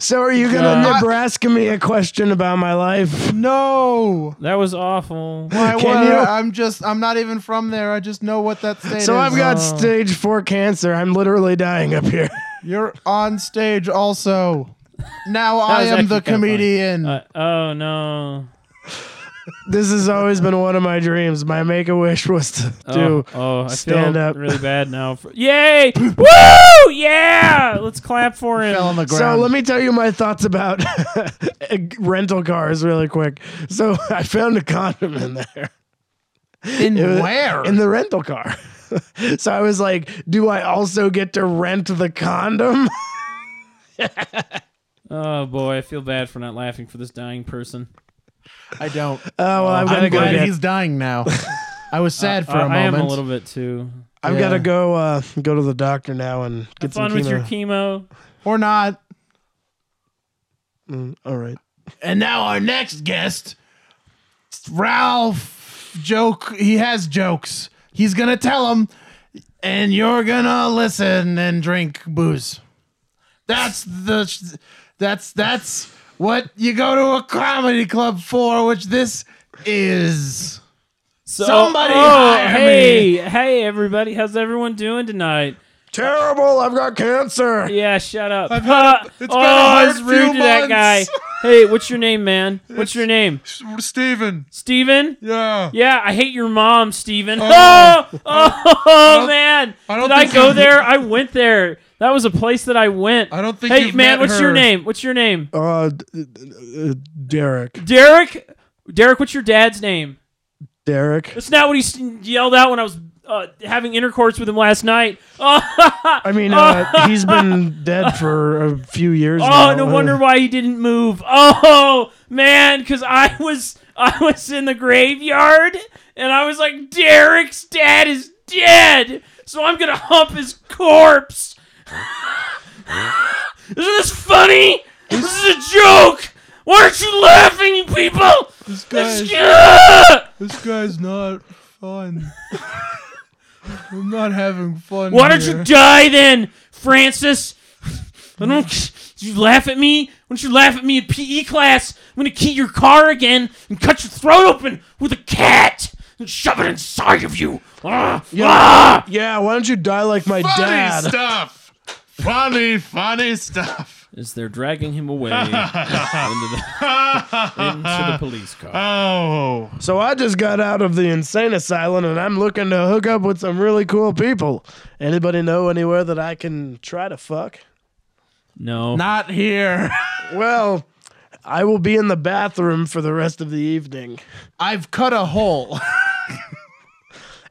So are you gonna
God.
Nebraska me a question about my life?
No.
That was awful.
I
Can
wanna-
you-
I'm just, I'm not even from there. I just know what that state
So
is. Uh,
I've got
uh,
stage four cancer. I'm literally dying up here.
You're on stage also. Now
That
I
was
am
actually
the
kinda funny.
comedian.
Uh, oh no.
This has always been one of my dreams. My make a wish was to do.
Oh, oh, I
stand
feel
up.
really bad now. For, yay! Woo! Yeah! Let's clap for him.
Fell on the
So
ground.
let me tell you my thoughts about rental cars really quick. So I found a condom in there.
in
It was-
where?
In the rental car. so I was like, do I also get to rent the condom? Uh,
Oh boy, I feel bad for not laughing for this dying person.
I don't.
Oh, well, I've got
I'm
to go.
glad
get-
he's dying now. I was sad for
Uh, I-
a
I
moment.
am a little bit too.
I've
Yeah.
got to go. Uh, go to the doctor now and
Have
get
fun
some
with
chemo.
your chemo.
or not.
Mm, all right.
And now our next guest, Ralph. Joke. He has jokes. He's gonna tell them, and you're gonna listen and drink booze. That's the. sh- That's that's what you go to a comedy club for, which this is.
So,
Somebody
oh,
hire
hey, hey everybody, how's everyone doing tonight?
terrible. I've got cancer.
Yeah, shut up.
I've had a-
Ah,
it's been a
oh,
hard
it's rude
few
to that guy.
months.
Hey, what's your name, man? What's your name?
Steven.
Steven?
Yeah.
Yeah, I hate your mom, Steven.
Oh.
Oh, oh,
don't-
man.
I don't
Did I
think
go
I've-
there? I went there. That was a place that I went.
I don't think
Hey,
you've
man,
met
what's your
her.
name? What's your name?
Uh, d- d- uh, Derek.
Derek? Derek, what's your dad's name?
Derek.
That's not what he s- yelled out when I was uh, having intercourse with him last night. Oh,
I mean, uh, he's been dead for a few years.
oh,
now.
no
Uh,
wonder why he didn't move. Oh man, because I was I was in the graveyard and I was like, Derek's dad is dead, so I'm gonna hump his corpse. Isn't this funny? This is a joke. Why aren't you laughing, you people?
This
This-
guy's this guy's not fun. I'm not having fun.
Why don't
here.
you die then, Francis? I don't. You laugh at me? Why don't you laugh at me in PE class? I'm gonna key your car again and cut your throat open with a cat and shove it inside of you. Ah, ah!
Yeah, why don't you die like my
funny
dad?
stuff? Funny, funny stuff.
As they're dragging him away into, the, into the police car.
Oh.
So I just got out of the insane asylum and I'm looking to hook up with some really cool people. Anybody know anywhere that I can try to fuck?
No.
Not here.
Well, I will be in the bathroom for the rest of the evening.
I've cut a hole.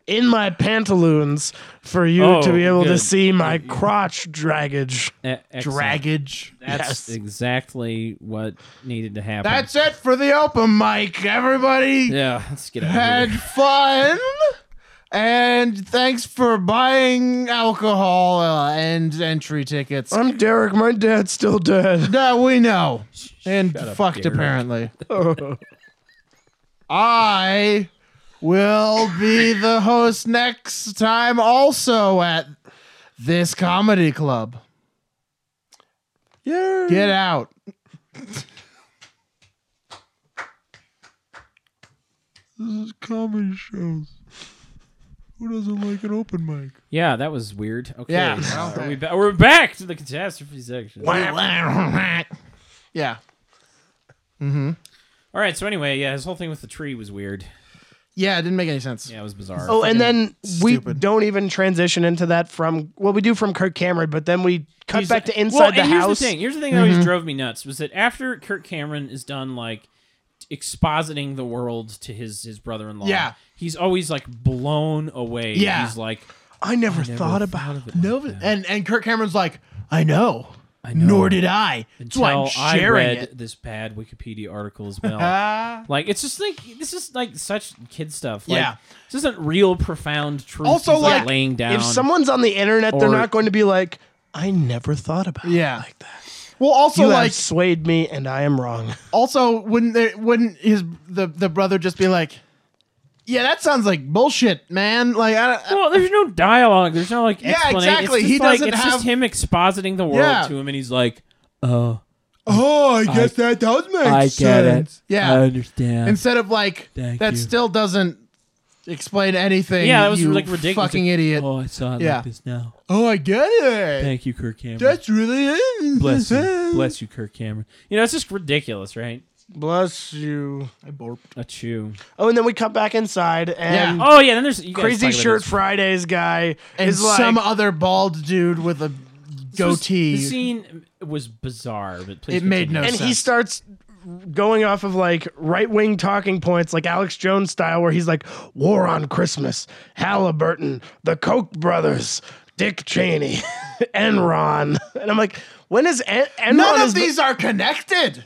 In my pantaloons for you
Oh,
to be able to
good.
see my crotch draggage.
Dragage.
That's
Yes.
exactly what needed to happen.
That's it for the open mic, everybody.
yeah. Let's get out
had fun and thanks for buying alcohol uh, and entry tickets
I'm Derek, my dad's still dead.
no we know and
up,
fucked
Derek.
apparently i will be the host next time also at this comedy club
yeah.
get out
This is comedy shows. Who doesn't like an open mic?
Yeah, that was weird. Okay.
Yeah.
uh, are we ba- we're back to the catastrophe section.
yeah
All right. So anyway, yeah, his whole thing with the tree was weird.
yeah it didn't make any sense
Yeah, it was bizarre.
Oh, and then we
Stupid.
don't even transition into that from well, we do from Kirk Cameron, but then we cut
He's-
back to inside
well,
the
and
house.
Here's the thing. Here's the thing that
Mm-hmm.
always drove me nuts was that after Kirk Cameron is done like expositing the world to his his brother-in-law,
Yeah.
he's always like blown away.
Yeah.
he's like,
I never, thought about it.
no and and kirk cameron's like i know
I know.
nor did i that's why i'm
Until I
sharing
read
it
this bad Wikipedia article as well. like it's just like this is like such kid stuff. Like,
Yeah.
this isn't real profound truth.
Also,
He's,
like,
laying down.
If someone's on the internet, they're
Or-
not going to be like, I never thought about
Yeah.
it like that.
Well, also
You
like
have swayed me, and I am wrong.
also wouldn't there wouldn't his the the brother just be like, yeah, that sounds like bullshit, man. Like I, don't-
Well, there's no dialogue. There's no like
Yeah,
explanation.
exactly.
It's just
He
like,
doesn't
it's
have-
just him expositing the world
Yeah.
to him, and he's like, "Oh,
Oh, I guess that does make
I
sense.
get it.
Yeah.
I understand.
instead of like
Thank
that
you.
still doesn't explain anything.
Yeah, that was,
you
like, ridiculous.
Fucking idiot.
oh, I saw it
Yeah.
like this now.
Oh, I get it.
Thank you, Kirk Cameron.
That's really it.
Bless you. Bless you, Kirk Cameron.
you know, it's just ridiculous, right?"
Bless you.
I burped.
A chew.
Oh, and then we cut back inside, and
Yeah.
Oh yeah, then there's you guys
Crazy
talk about
Shirt
this.
Fridays guy
And
is like,
some other bald dude with a
This was-
goatee.
The scene was bizarre, but
It
please
made
continue.
no
and he
sense.
starts going off of like right wing talking points, like Alex Jones style, where he's like, War on Christmas, Halliburton, the Koch brothers, Dick Cheney, Enron. And I'm like, when is en- Enron?
None
is
of
the-
these are connected.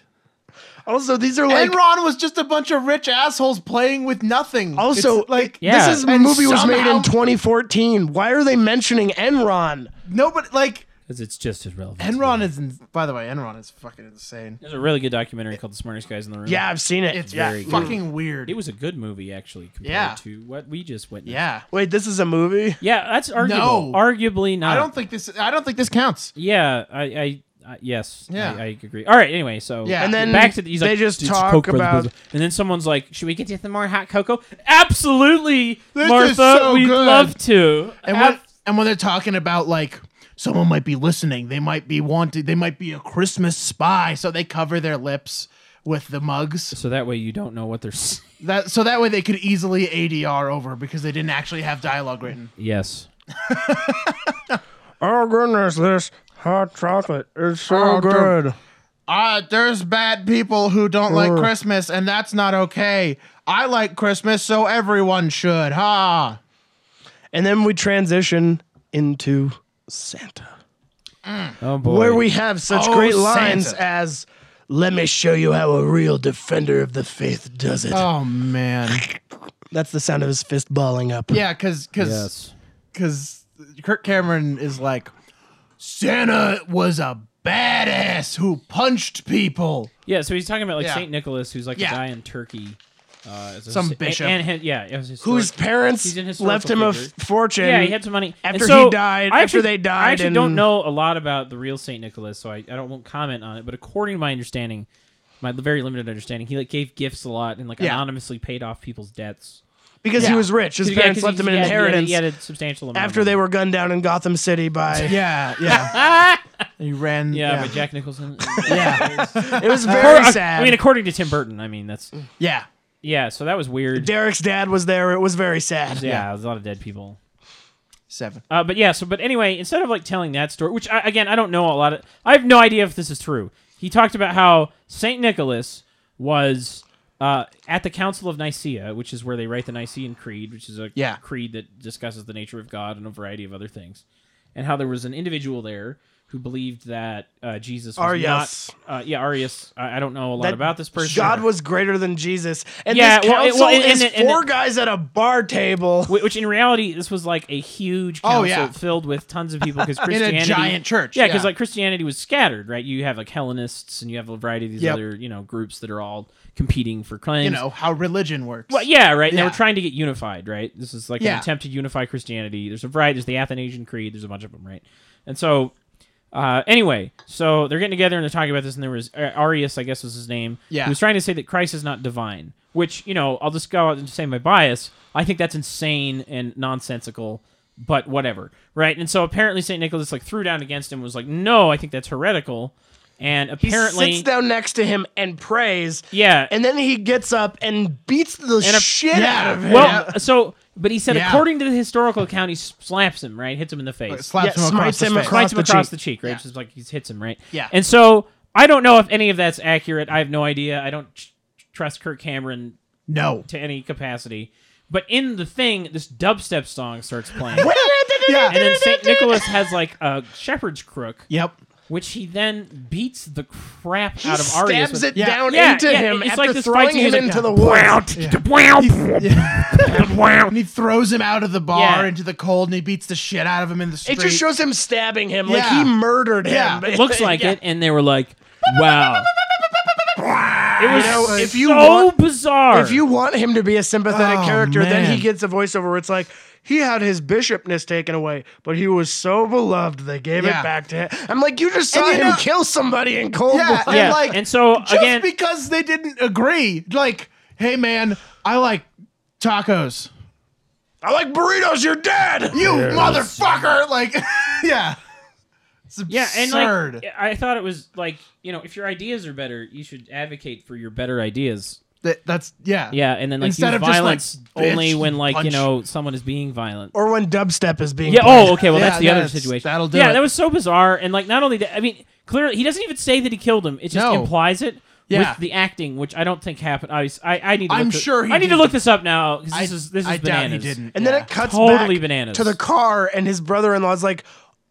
also, these are like.
Enron was just a bunch of rich assholes playing with nothing.
Also,
It's like
Yeah.
This is
And
movie was made
somehow- Mm.
in 2014. Why are they mentioning Enron?
nobody like
'Cause it's just as relevant.
Enron is. In, by the way, Enron is fucking insane.
There's a really good documentary called "The Smartest Guys in the Room."
Yeah, I've seen it.
It's
yeah.
very fucking weird.
it was a good movie actually compared
Yeah.
to what we just witnessed.
yeah.
Wait, this is a movie.
yeah, that's arguable.
No.
Arguably
I
not.
don't think this. I don't think this counts.
Yeah, I, I, I yes,
Yeah.
I, I agree. All right, anyway, so
Yeah.
And then
back to the, he's
they
like,
just
"Dude,
talk
Coke Brothers,
about-
Brothers." and then someone's like, "Should we get you some more hot cocoa?" Absolutely,
This is
Martha,
so
we'd
good.
love to.
And what-
Ab-
And when they're talking about like someone might be listening, they might be wanted, they might be a Christmas spy, so they cover their lips with the mugs.
So that way you don't know what they're. s-
That so that way they could easily ADR over because they didn't actually have dialogue written.
Yes.
Oh goodness, this hot chocolate is so
Oh, dude.
good.
Uh, there's bad people who don't like
Sure.
Christmas, and that's not okay. I like Christmas, so everyone should, ha.
And then we transition into Santa,
Oh boy.
where we have such
Oh,
great lines
Santa.
as "Let me show you how a real defender of the faith does it."
Oh man,
That's the sound of his fist balling up.
yeah, cause cause
Yes.
because Kirk Cameron is like, Santa was a badass who punched people.
Yeah. So he's talking about like
Yeah.
Saint Nicholas, who's like
Yeah.
a guy in Turkey. Uh, as a
Some
sa-
bishop.
And, and, yeah. it was
Whose
historic-
parents
He's an historical
left him a
figure.
f- fortune?
Yeah, he had some money And
after
so
he died-
I
after
actually-
they died
I actually don't
and-
know a lot about the real Saint Nicholas, so I, I don't won't comment on it. But according to my understanding, my very limited understanding, he like gave gifts a lot and like
Yeah.
anonymously paid off people's debts.
because he
Yeah.
was rich. His
'Cause, yeah,
parents
'cause
left him an
he had- he had-
inheritance
He had, a substantial amount.
after they were gunned down in Gotham City by.
Yeah, yeah. he ran.
Yeah,
Yeah,
but Jack Nicholson.
yeah,
It was
uh,
very sad.
I mean, according to Tim Burton, I mean that's
yeah.
yeah. So that was weird.
Derek's dad was there. It was very sad.
yeah, yeah, there's a lot of dead people.
Seven.
Uh, but yeah, so but anyway, instead of like telling that story, which I, again I don't know a lot of, I have no idea if this is true. He talked about how Saint Nicholas was uh, at the Council of Nicaea, which is where they write the Nicene Creed, which is a
Yeah.
creed that discusses the nature of God and a variety of other things, and how there was an individual there who believed that uh, Jesus was
Arius.
not, uh, yeah, Arius. I, I don't know a lot
That
about this person.
God was greater than Jesus. And
Yeah,
this
well, it-
council
well, and-
is
and- and-
four guys at a bar table.
Wh- Which in reality, this was like a huge council
Oh, yeah.
filled with tons of people because
a
Christianity
giant church,
Yeah, because
yeah.
like Christianity was scattered, right? You have like Hellenists and you have a variety of these
Yep.
other you know groups that are all competing for claims.
You know how religion works.
Well, yeah, right. And They
Yeah.
were trying to get unified, right? This is like an
Yeah.
attempt to unify Christianity. There's a variety. There's the Athanasian Creed. There's a bunch of them, right? And so, uh, anyway, so they're getting together and they're talking about this. And there was uh, Arius, I guess, was his name.
Yeah.
who was trying to say that Christ is not divine. Which you know, I'll just go out and say my bias. I think that's insane and nonsensical. But whatever, right? And so apparently Saint Nicholas like threw down against him and was like, "No, I think that's heretical." And
He
apparently,
sits down next to him and prays.
yeah,
And then he gets up and beats the
And a-
shit
Yeah.
out of him.
Well, so but he said
Yeah.
according to the historical account, he slaps him right, hits him in the
But
face,
slaps
Yeah,
him across
smites
the
him
face.
across-
slaps him across
the
the cheek, right?
Yeah.
Just like he hits him, right?
Yeah.
And so I don't know if any of that's accurate. I have no idea. I don't tr- trust Kirk Cameron
No.
to any capacity. But in the thing, this dubstep song starts playing, and
Yeah.
then Saint Nicholas has like a shepherd's crook,
Yep.
which he then beats the crap
he
out of Arius.
stabs
with-
it
Yeah.
down
Yeah,
into
yeah,
him
it's
after
like this
throwing
fight scene,
him
he's like,
into the woods.
And he throws him out of the bar
Yeah.
into the cold, and he beats the shit out of him in the street.
It just shows him stabbing him like
Yeah.
he murdered
Yeah.
him.
It looks like
Yeah.
it, and they were like, "Wow." It was
know,
if
if
you
you
so
want-
bizarre.
If you want him to be a sympathetic
Oh,
character, then
man.
he gets a voiceover where it's like, he had his bishopness taken away, but he was so beloved they gave
Yeah.
it back to him. I'm like, you just saw
And you
him
know-
kill somebody in cold
Yeah,
blood.
yeah,
and, like,
and so
just
again,
because they didn't agree. Like, hey man, I like tacos.
I like burritos, you're dead!
You motherfucker! Like, yeah. It's absurd.
yeah, and like, I thought it was like, you know, if your ideas are better, you should advocate for your better ideas.
That- that's yeah.
Yeah, and then like
Instead
use
of just, like,
violence
bitch,
only when like you
punch.
know someone is being violent.
Or when dubstep is being
yeah.
played.
Oh, okay. Well,
Yeah,
that's the
yeah,
other
it's-
situation.
that'll do
Yeah,
it.
that was so bizarre. And like, not only that, I mean, clearly he doesn't even say that he killed him. It just
No.
implies it
Yeah.
with the acting, which I don't think happened. I was- I, I need. To
I'm
look the-
sure he
I need to
didn't.
look this up now because
I,
this is this is
I doubt he
bananas.
didn't.
And
yeah.
then it cuts
Totally
back
bananas.
to the car, and his brother-in-law's like,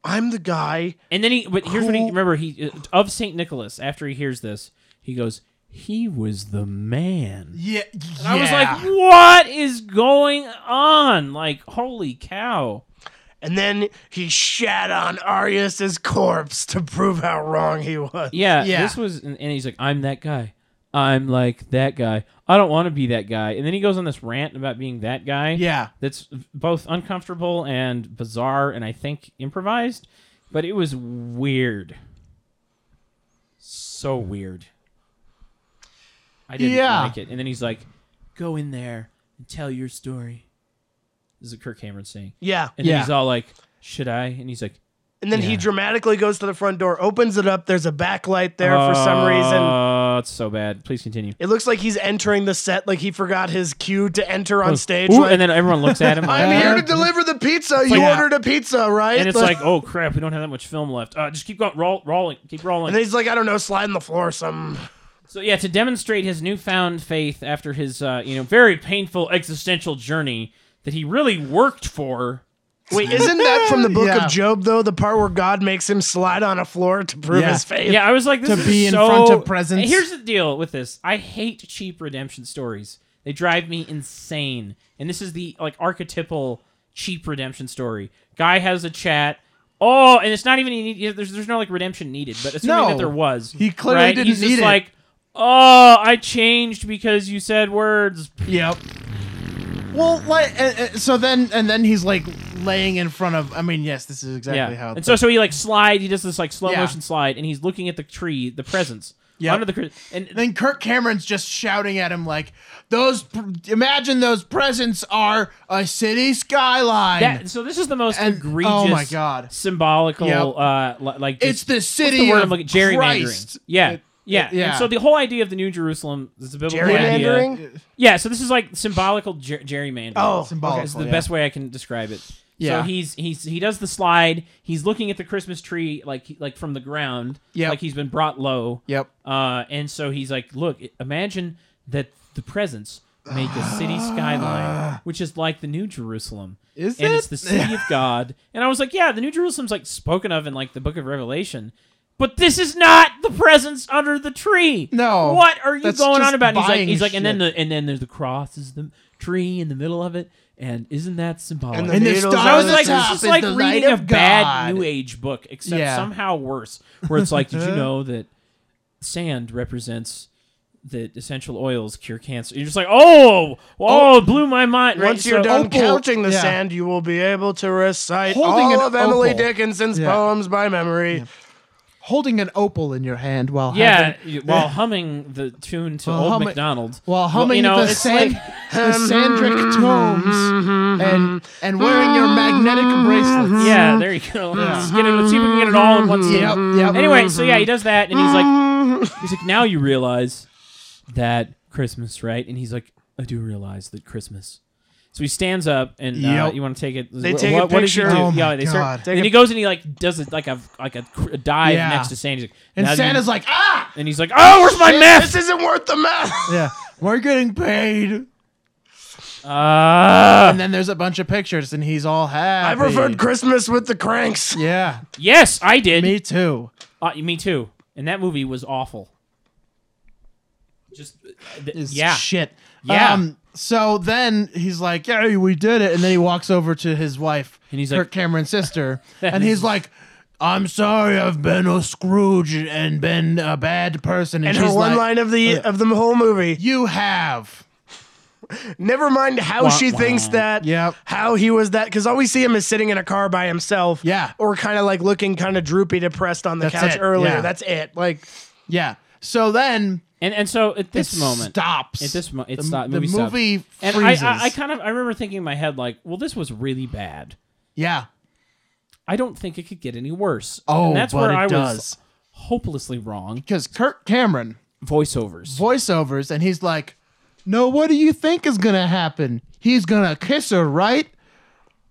I'm the guy.
And then he, but here's what he
Who-
remember he uh, of Saint Nicholas. After he hears this, he goes, "He was the man."
Yeah, yeah.
I was like, "What is going on? Like, holy cow!"
And then he shat on Arius's corpse to prove how wrong he was.
Yeah,
Yeah.
this was, and, and he's like, "I'm that guy. I'm like that guy. I don't want to be that guy." And then he goes on this rant about being that guy.
yeah,
that's both uncomfortable and bizarre, and I think improvised, but it was weird. So weird. I didn't
Yeah.
like it. And then he's like, "Go in there and tell your story." This is what Kirk Cameron saying,
Yeah.
and then
Yeah.
he's all like, should I? And he's like,
And then he
Yeah.
dramatically goes to the front door, opens it up. There's a backlight there for some reason.
Oh, it's so bad. Please continue.
It looks like he's entering the set, like he forgot his cue to enter on stage.
Ooh,
like,
and then everyone looks at him. like,
I'm here to deliver the pizza. You
like-
ordered a pizza, right?
and it's like, oh crap, we don't have that much film left. Uh, just keep going, roll, rolling, keep rolling.
and then he's like, I don't know, sliding the floor or something.
so yeah, to demonstrate his newfound faith after his uh, you know very painful existential journey that he really worked for.
Wait, isn't that from the book
Yeah.
of Job though? The part where God makes him slide on a floor to prove
Yeah.
his faith.
Yeah, I was like, this
To
is
be in
so-
front of presence.
And Here's the deal with this: I hate cheap redemption stories. They drive me insane. And this is the like archetypal cheap redemption story. Guy has a chat. Oh, and it's not even he need- there's there's no like redemption needed, but assuming
No.
that there was,
He clearly
right?
didn't
He's just
need it.
like, oh, I changed because you said words.
Yep. Well, like, uh, uh, so then, and then he's like laying in front of. I mean, yes, this is exactly
yeah.
how.
and so so he like slide. He does this like slow
Yeah.
motion slide, and he's looking at the tree, the presence.
Yep.
Under the cre- and
then Kirk Cameron's just shouting at him like, "Those, pr- imagine those presents are a city skyline.
That, so this is the most
And-
egregious.
oh my God.
Symbolical,
Yep.
uh, li- like
it's
just-
the
what's
city
the word
of
I'm looking
Christ.
gerrymandering. Yeah,
It-
yeah,
yeah.
And so the whole idea of the New Jerusalem is a biblical idea.
Gerrymandering?
Yeah, so this is like symbolical ger- gerrymandering.
Oh,
Symbolic.
is the
yeah.
best way I can describe it.
Yeah.
So he's he's he does the slide. He's looking at the Christmas tree like like from the ground.
Yep.
Like he's been brought low.
Yep.
Uh, and so he's like, look, i- imagine that the presence make a city skyline, which is like the New Jerusalem.
Ah. Is
and
it?
it's the city of God. And I was like, yeah, the New Jerusalem's like spoken of in like the Book of Revelation. But this is not the presence under the tree.
No,
what are you
that's
going on
just
about? And he's like,
buying
he's like, and then
shit.
the and then there's the cross is the tree in the middle of it, and isn't that symbolic?
And the
And the
Needles
star
I
on
was
on the
like,
top
this is
is
like
the
reading
light
a
of
bad
God.
New Age book, except
Yeah.
somehow worse. Where it's like, did you know that sand represents that essential oils cure cancer? You're just like, oh, oh, it blew my mind. Right?
Once you're
So-
done
opal-
counting the
yeah.
sand, you will be able to recite
Holding
all
an
of Emily
opal.
Dickinson's
Yeah.
poems by memory.
holding an opal in your hand while
yeah,
having-
you- while humming the tune to
While
Old
humming-
MacDonald.
while
Well,
humming
you know,
the,
it's
sand,
like- um,
the Sandric tomes and and wearing your magnetic bracelets.
yeah, there you go. Let's, get it, let's see if we can get it all in one scene.
Yep. Mm-hmm. Yep. Mm-hmm.
Anyway, so yeah, he does that, and he's like, he's like, now you realize that Christmas, right? And he's like, I do realize that Christmas. So he stands up, and uh,
Yep.
you want to take it.
They take a
what, what does he
picture.
do?
Oh my
yeah, they
God.
start.
Take
And he goes and he like does it like a like a, cr- a dive
Yeah.
next to Santa. He's like,
And
"Now you-"
Santa's like, ah,
and he's like, oh, where's my
This
mess?
isn't worth the math.
yeah, we're getting paid.
Uh,
And then there's a bunch of pictures, and he's all
I
happy.
preferred Christmas with the cranks.
Yeah,
yes, I did.
me too.
Uh, me too. And that movie was awful. Just uh, th-
Is
yeah,
shit. Um,
Yeah.
so then he's like, "Yeah, we did it," and then he walks over to his wife,
And he's
her
like-
Cameron's sister, and he's like. I'm sorry, I've been a Scrooge and been a bad person. And,
And her
she's
one
like, uh,
line of the of the whole movie.
You have.
Never mind how
Wah,
she
wah.
thinks that.
Yep.
How he was that because all we see him is sitting in a car by himself.
Yeah.
Or kind of like looking kind of droopy, depressed on the
That's
couch
it,
earlier.
yeah.
That's it. Like
Yeah. So then
and and so at
it
this moment,
stops.
At this moment,
the,
it's not
the
movie. stopped.
movie
and I,
freezes.
I, I kind of I remember thinking in my head like, well, this was really bad.
yeah.
I don't think it could get any worse.
Oh,
and that's
but
where
it
I was
does.
hopelessly wrong.
Because Kirk Cameron
Voiceovers.
voiceovers, and he's like, "No, what do you think is gonna happen? He's gonna kiss her, right?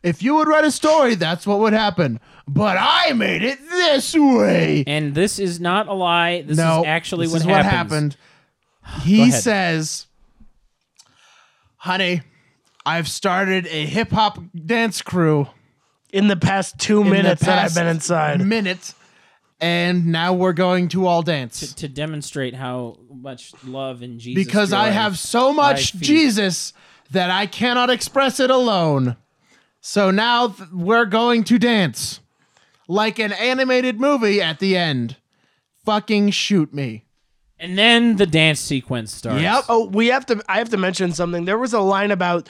If you would write a story, that's what would happen. But I made it this way.
and this is not a lie. This
no,
is actually
this
what,
is
happens.
happened. He
ahead.
says, "Honey, I've started a hip hop dance crew."
in the past two
in the
minutes that I've
past
been inside.
Minute, and now we're going to all dance
to demonstrate how much love and Jesus.
because I
your
have
life-
so much
I feed-
Jesus that I cannot express it alone. So now th- we're going to dance like an animated movie at the end. Fucking shoot me.
And then the dance sequence starts.
Yep.
Oh, we have to. I have to mention something. There was a line about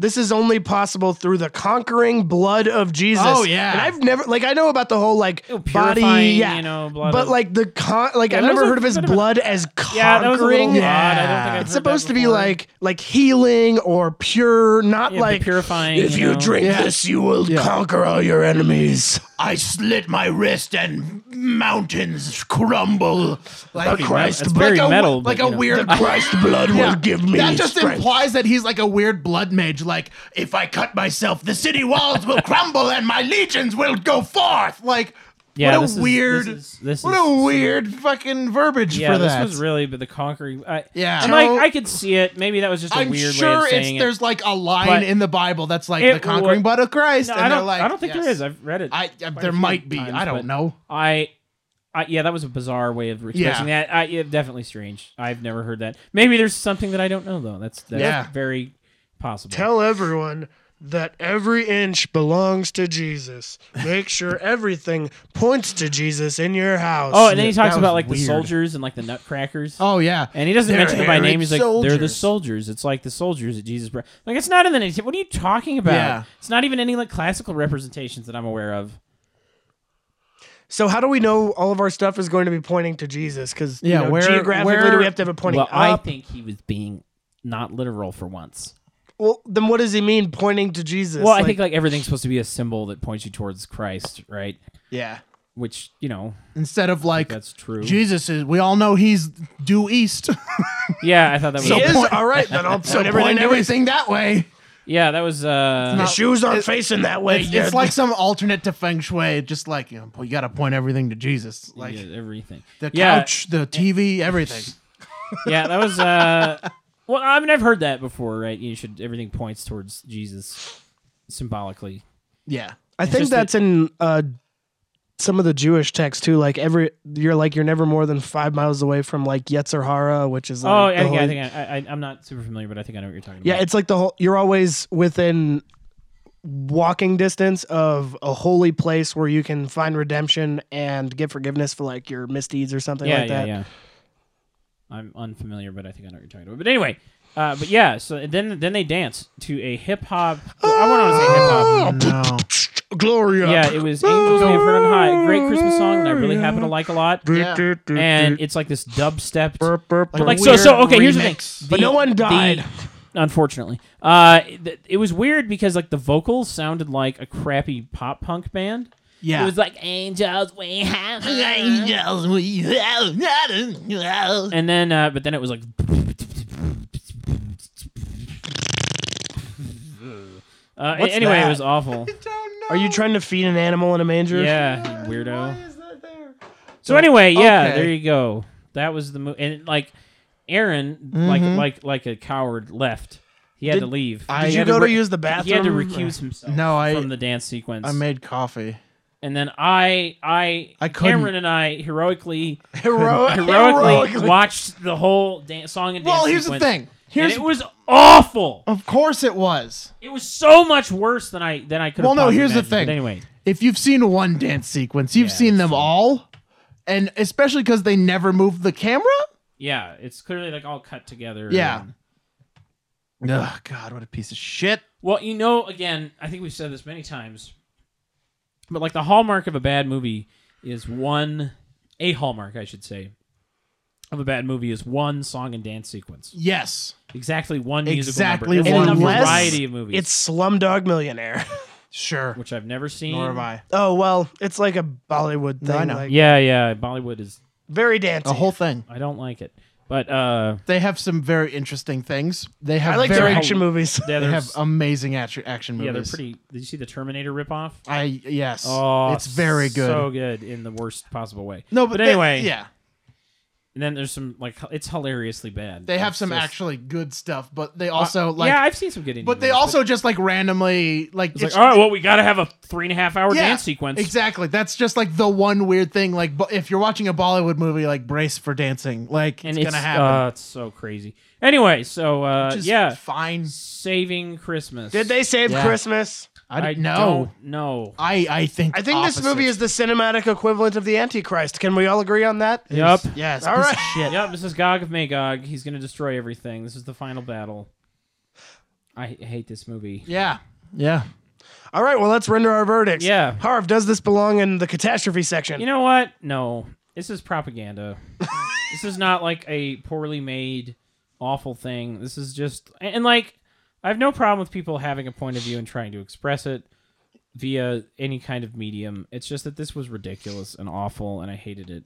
This is only possible through the conquering blood of Jesus.
Oh, yeah.
and I've never like I know about the whole like body,
purifying,
yeah,
you know, blood
but
of-
like the con, like I've
that was
never
a
heard of his
bit of a-
blood as
Yeah, that was a little odd.
conquering.
I don't think I've heard
it's
that
supposed to be
before.
like like healing or pure, not
Yeah,
like
purifying.
If you
know.
drink this, you will conquer all your enemies.
I slit my wrist and mountains crumble. Like
The Christ
that's very
like a,
metal,
like
but,
a
you know.
weird
Christ blood
Yeah,
will give me
that just
strength.
implies that he's like a weird blood mage. Like, if I cut myself, the city walls will crumble and my legions will go forth. Like,
Yeah,
what a
this is-
weird,
this is- this
what
is-
a weird fucking verbiage
Yeah,
for that.
this was really but the conquering. I,
Yeah.
I'm like
So-
I could see it. Maybe that was just a
I'm
weird
sure
way of
it's
saying
there's
it.
like a line
But
in the Bible that's like
it
the conquering
would-
blood of Christ,
No,
and
I
they're
don't.
like,
I don't think there
yes.
is. I've read it.
I, uh,
quite a
there
few
might be.
times,
I
but
don't know.
I, I yeah, that was a bizarre way of expressing that. I, yeah, definitely strange. I've never heard that. Maybe there's something that I don't know though. That's that's
Yeah.
very possible.
Tell everyone that every inch belongs to Jesus. Make sure everything points to Jesus in your house.
oh, and then he talks
was
about like the
weird.
soldiers and like the nutcrackers.
Oh yeah,
And he doesn't
They're
mention them by name.
Herod's
He's like, they're the
soldiers."
soldiers. It's like the soldiers that Jesus brought. Like, it's not in the What are you talking about?
Yeah.
It's not even any like classical representations that I'm aware of.
so how do we know all of our stuff is going to be pointing to Jesus? Because
Yeah, where-
geographically,
where-
do we have to have it pointing
well, I
up?
think he was being not literal for once.
well, then what does he mean pointing to Jesus?
well, I think like everything's supposed to be a symbol that points you towards Christ, right?
yeah.
Which you know
Instead of like
that's true.
Jesus is, we all know he's due east,
yeah, I thought that was.
he is
point-
all right. Then I'll
so
point everything
point
to his
everything that way.
Yeah, that was. Uh,
not-
shoes aren't facing that way.
It's,
yeah.
it's like some alternate to feng shui, just like you, know, you got to point everything to Jesus, like
yeah, everything.
the
yeah,
couch, the TV, everything.
yeah, that was. Uh, well, I mean, I've heard that before, right? You should everything points towards Jesus symbolically.
Yeah,
I think
just
that's in uh, some of the Jewish texts too. Like every, you're like you're never more than five miles away from like Yetzer Hara, which is like
Oh,
the
I think, I
holy-
think I, I, I'm not super familiar, but I think I know what you're talking
yeah.
about.
It's like the whole. You're always within walking distance of a holy place where you can find redemption and get forgiveness for like your misdeeds or something
yeah,
like
yeah,
that.
yeah. I'm unfamiliar, but I think I know what you're talking about. But anyway, uh, but yeah, so then then they dance to a hip hop. I want to say hip hop.
no,
Ah! Gloria.
Yeah, it was Angels We Have Heard on High, a great Christmas song that I really happen to like a lot.
yeah.
And it's like this dubstep.
Like, a
Like so, so
weird
okay. Here's the thing.
remix.
But
The-
no one died.
the- unfortunately, uh, th- it was weird because like the vocals sounded like a crappy pop punk band. It
Yeah,
was like angels we have.
angels we have not enough.
And then, uh, but then it was like, uh,
What's
anyway,
that?
it was awful.
Are you trying to feed an animal in a manger?
yeah, you weirdo. So anyway, yeah,
Okay.
there you go. That was the movie, and like Aaron, like like like a coward, left. He had to leave.
Mm-hmm. I-
Did
He
you
had
go
to
to
re-
use the bathroom?
he had to recuse himself
No, I-
from the dance sequence.
I made coffee.
and then I, I,
I couldn't.
Cameron and I heroically,
Hero-
heroically,
heroically.
watched the whole dan- song and dance.
Well, here's the
sequence,
thing.
and
Here's
it was awful.
of course it was.
It was so much worse than I than I could.
Well, no,
Possibly
here's the
imagined. But
thing.
anyway,
If you've seen one dance sequence, you've
Yeah,
seen
it's
them
fun.
all, and especially because they never moved the camera.
yeah, it's clearly like all cut together.
Yeah.
And-
Ugh, God, what a piece of shit.
well, you know, again, I think we've said this many times, but like the hallmark of a bad movie is one, a hallmark, I should say, of a bad movie is one song and dance sequence.
Yes.
Exactly one musical
Exactly
number. It's
one
in a
Unless
variety of movies.
It's Slumdog Millionaire.
Sure.
which I've never seen.
Nor have I.
Oh well, it's like a Bollywood thing.
I know.
like,
Yeah, yeah. Bollywood is.
Very dancing.
The whole thing.
I don't like it, but uh,
They have some very interesting things. They have
I like
very
their action movies.
yeah,
They
there's-
have amazing action action movies.
yeah, they're pretty. Did you see the Terminator ripoff?
I yes.
Oh,
it's very good.
So good in the worst possible way.
no, but, they-
anyway,
yeah,
And then there's some like h- it's hilariously bad.
they have
It's
some
just-
actually good stuff, but they
Uh,
also like.
yeah, I've seen some good. Indian
but they
movies,
also just like randomly like.
it's like all right, well, we got to have a three and a half hour dance sequence.
Exactly. That's just like the one weird thing. Like, bo- if you're watching a Bollywood movie, like brace for dancing. Like,
And
it's,
it's
gonna happen.
Uh, it's so crazy. Anyway, so uh,
Just
yeah,
fine.
saving Christmas.
Did they save
Yeah.
Christmas?
I,
I
do know.
don't know.
I I think.
I think this movie
opposite.
is the cinematic equivalent of the Antichrist. Can we all agree on that?
Yep.
Yes.
All
piece of
right.
Shit.
Yep, this is Gog of Magog. He's going to destroy everything. This is the final battle. I hate this movie.
Yeah. Yeah.
All right, well, let's render our verdicts.
Yeah.
Harv, does this belong in the catastrophe section?
You know what? No, this is propaganda. this is not like a poorly made, awful thing. This is just and, and, like I have no problem with people having a point of view and trying to express it via any kind of medium. It's just that this was ridiculous and awful, and I hated it.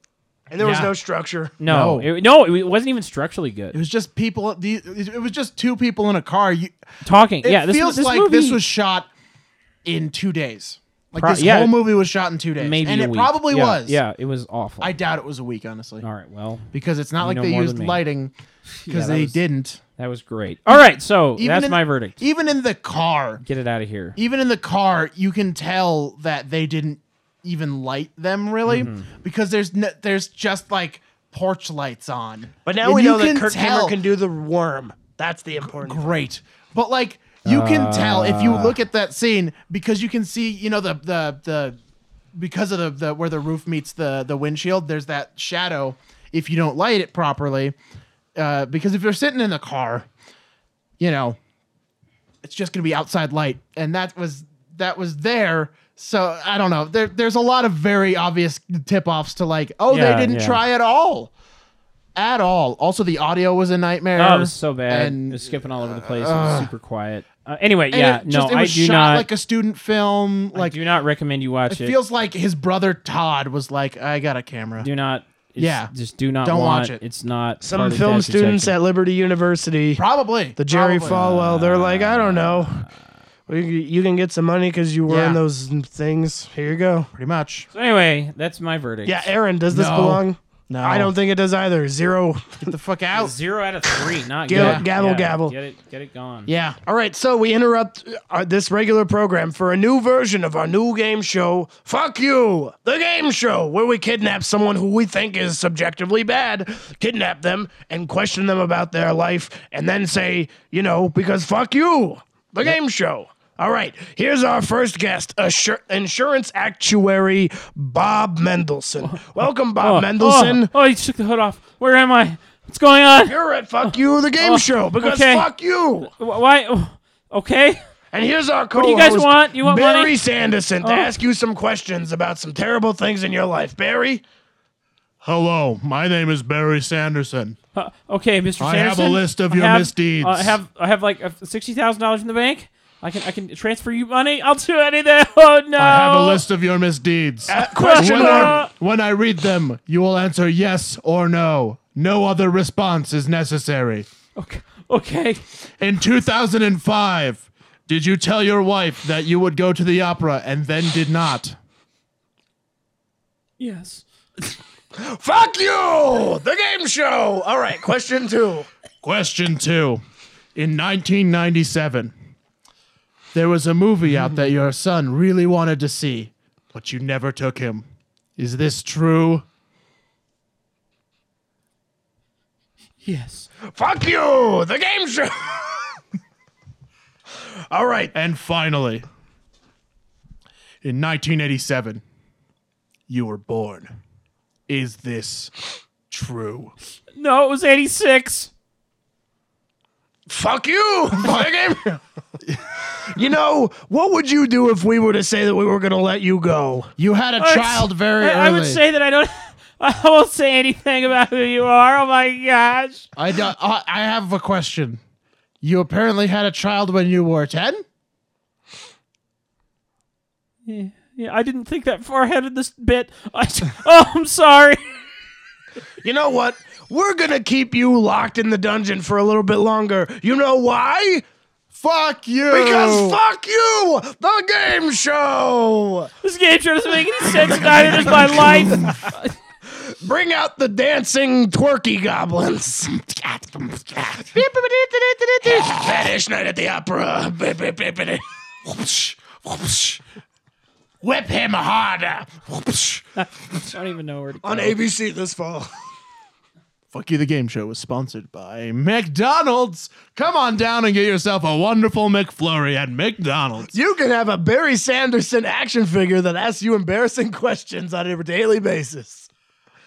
and there was
yeah.
no structure.
No,
No.
it, no, it wasn't even structurally
It
good.
was just people. The, it was just two people in a car. You,
Talking,
it
yeah, this,
feels
this
like
movie,
this was shot in two days. Like
Pro-
this
yeah.
whole movie was shot in two days,
maybe
and
a
it
week.
probably
Yeah,
was.
Yeah, it was awful.
I doubt it was a week, honestly,
All right, well,
because it's not
You
like
know
they
more than
used
me.
lighting
Yeah,
because
that
they
was-
didn't.
that was great. All right, so
Even
that's
in-
my verdict.
Even in the car,
Get it out of here.
even in the car, you can tell that they didn't even light them really
Mm-hmm.
because there's n there's just like porch lights on.
But now
And
we
you
know that
can
Kirk
tell-
Cameron can do the worm. That's the important
great. But like you can tell if you look at that scene because you can see, you know, the the the because of the, the where the roof meets the the windshield, there's that shadow if you don't light it properly. Uh, because if you're sitting in the car, you know, it's just gonna be outside light. And that was that was there. So I don't know. There, there's a lot of very obvious tip offs to like, oh,
Yeah,
they didn't
yeah.
try at all. At all. Also, the audio was a nightmare.
Oh, it was so bad.
Uh, And-
it was skipping all over the place. it was super quiet. Uh, anyway, yeah,
And it
no,
just- it
I
was
do
shot
not.
like a student film. Like
I do not recommend you watch
it
it.
feels like his brother Todd was like, "I got a camera."
do not. it's-
Yeah.
just do not.
Don't
want
watch it.
It's not.
Some
part of
film
Death
students
Detection.
at Liberty University,
Probably
the Jerry
Probably.
Falwell, they're like, I don't know. Well, you- You can get some money because you were
Yeah.
in those things. Here you go.
Pretty much.
So anyway, that's my verdict.
Yeah, Aaron, does this
No.
belong?
No,
I don't think it does either. Zero.
get the fuck out.
Zero out of three. Not
Gabble-
good.
gabble,
Yeah,
gabble.
Get it. Get it gone.
Yeah,
All right, so we interrupt uh, this regular program for a new version of our new game show, Fuck You, the game show, where we kidnap someone who we think is subjectively bad, kidnap them, and question them about their life, and then say, you know, because fuck you, the game show. All right, here's our first guest, assur- insurance actuary Bob Mendelson. Welcome, Bob Mendelson.
Oh, oh, he took the hood off. Where am I? What's going on? Wh-
You're at Fuck You, the game show, because
Oh, okay.
fuck you.
Why? oh, Okay.
And here's our co-host.
you guys want? You want
Barry
money? Oh.
Sanderson to ask you some questions about some terrible things in your life. Barry,
Hello, my name is Barry Sanderson.
Uh, okay, Mr.
I have a
Sanderson,
list of
I
your
have-
misdeeds.
uh, I have I have like sixty thousand dollars in the bank. I can I can transfer you money. I'll do anything. Oh no!
I have a list of your misdeeds.
uh, question
when,
mark.
I, when I read them, you will answer yes or no. No other response is necessary.
Okay. okay.
In 2005, did you tell your wife that you would go to the opera and then did not?
Yes.
Fuck you, the game show. All right, question two.
Question two. In 1997, there was a movie out that your son really wanted to see, but you never took him. Is this true?
Yes.
Fuck you, the game show. All right,
And finally, in 1987, you were born. Is this true?
No, it was eighty six.
fuck you, the game show. You know, what would you do if we were to say that we were going to let you go?
You had a
would
child very early.
I, I would say that I don't. I won't say anything about who you are. Oh my gosh.
I, do- I I have a question. You apparently had a child when you were 10?
Yeah, I didn't think that far ahead of this bit. I, oh, I'm sorry.
You know what? We're going to keep you locked in the dungeon for a little bit longer. You know why?
Fuck you!
Oh.
Because fuck you, the game show.
This game show doesn't make any sense. Neither does my life.
Bring out the dancing twerky goblins. Fetish night at the opera. Whip him harder.
I don't even know where to. Go.
On ABC this fall.
Fuck you, the game show was sponsored by McDonald's. Come on down and get yourself a wonderful McFlurry at McDonald's.
You can have a Barry Sanderson action figure that asks you embarrassing questions on a daily basis.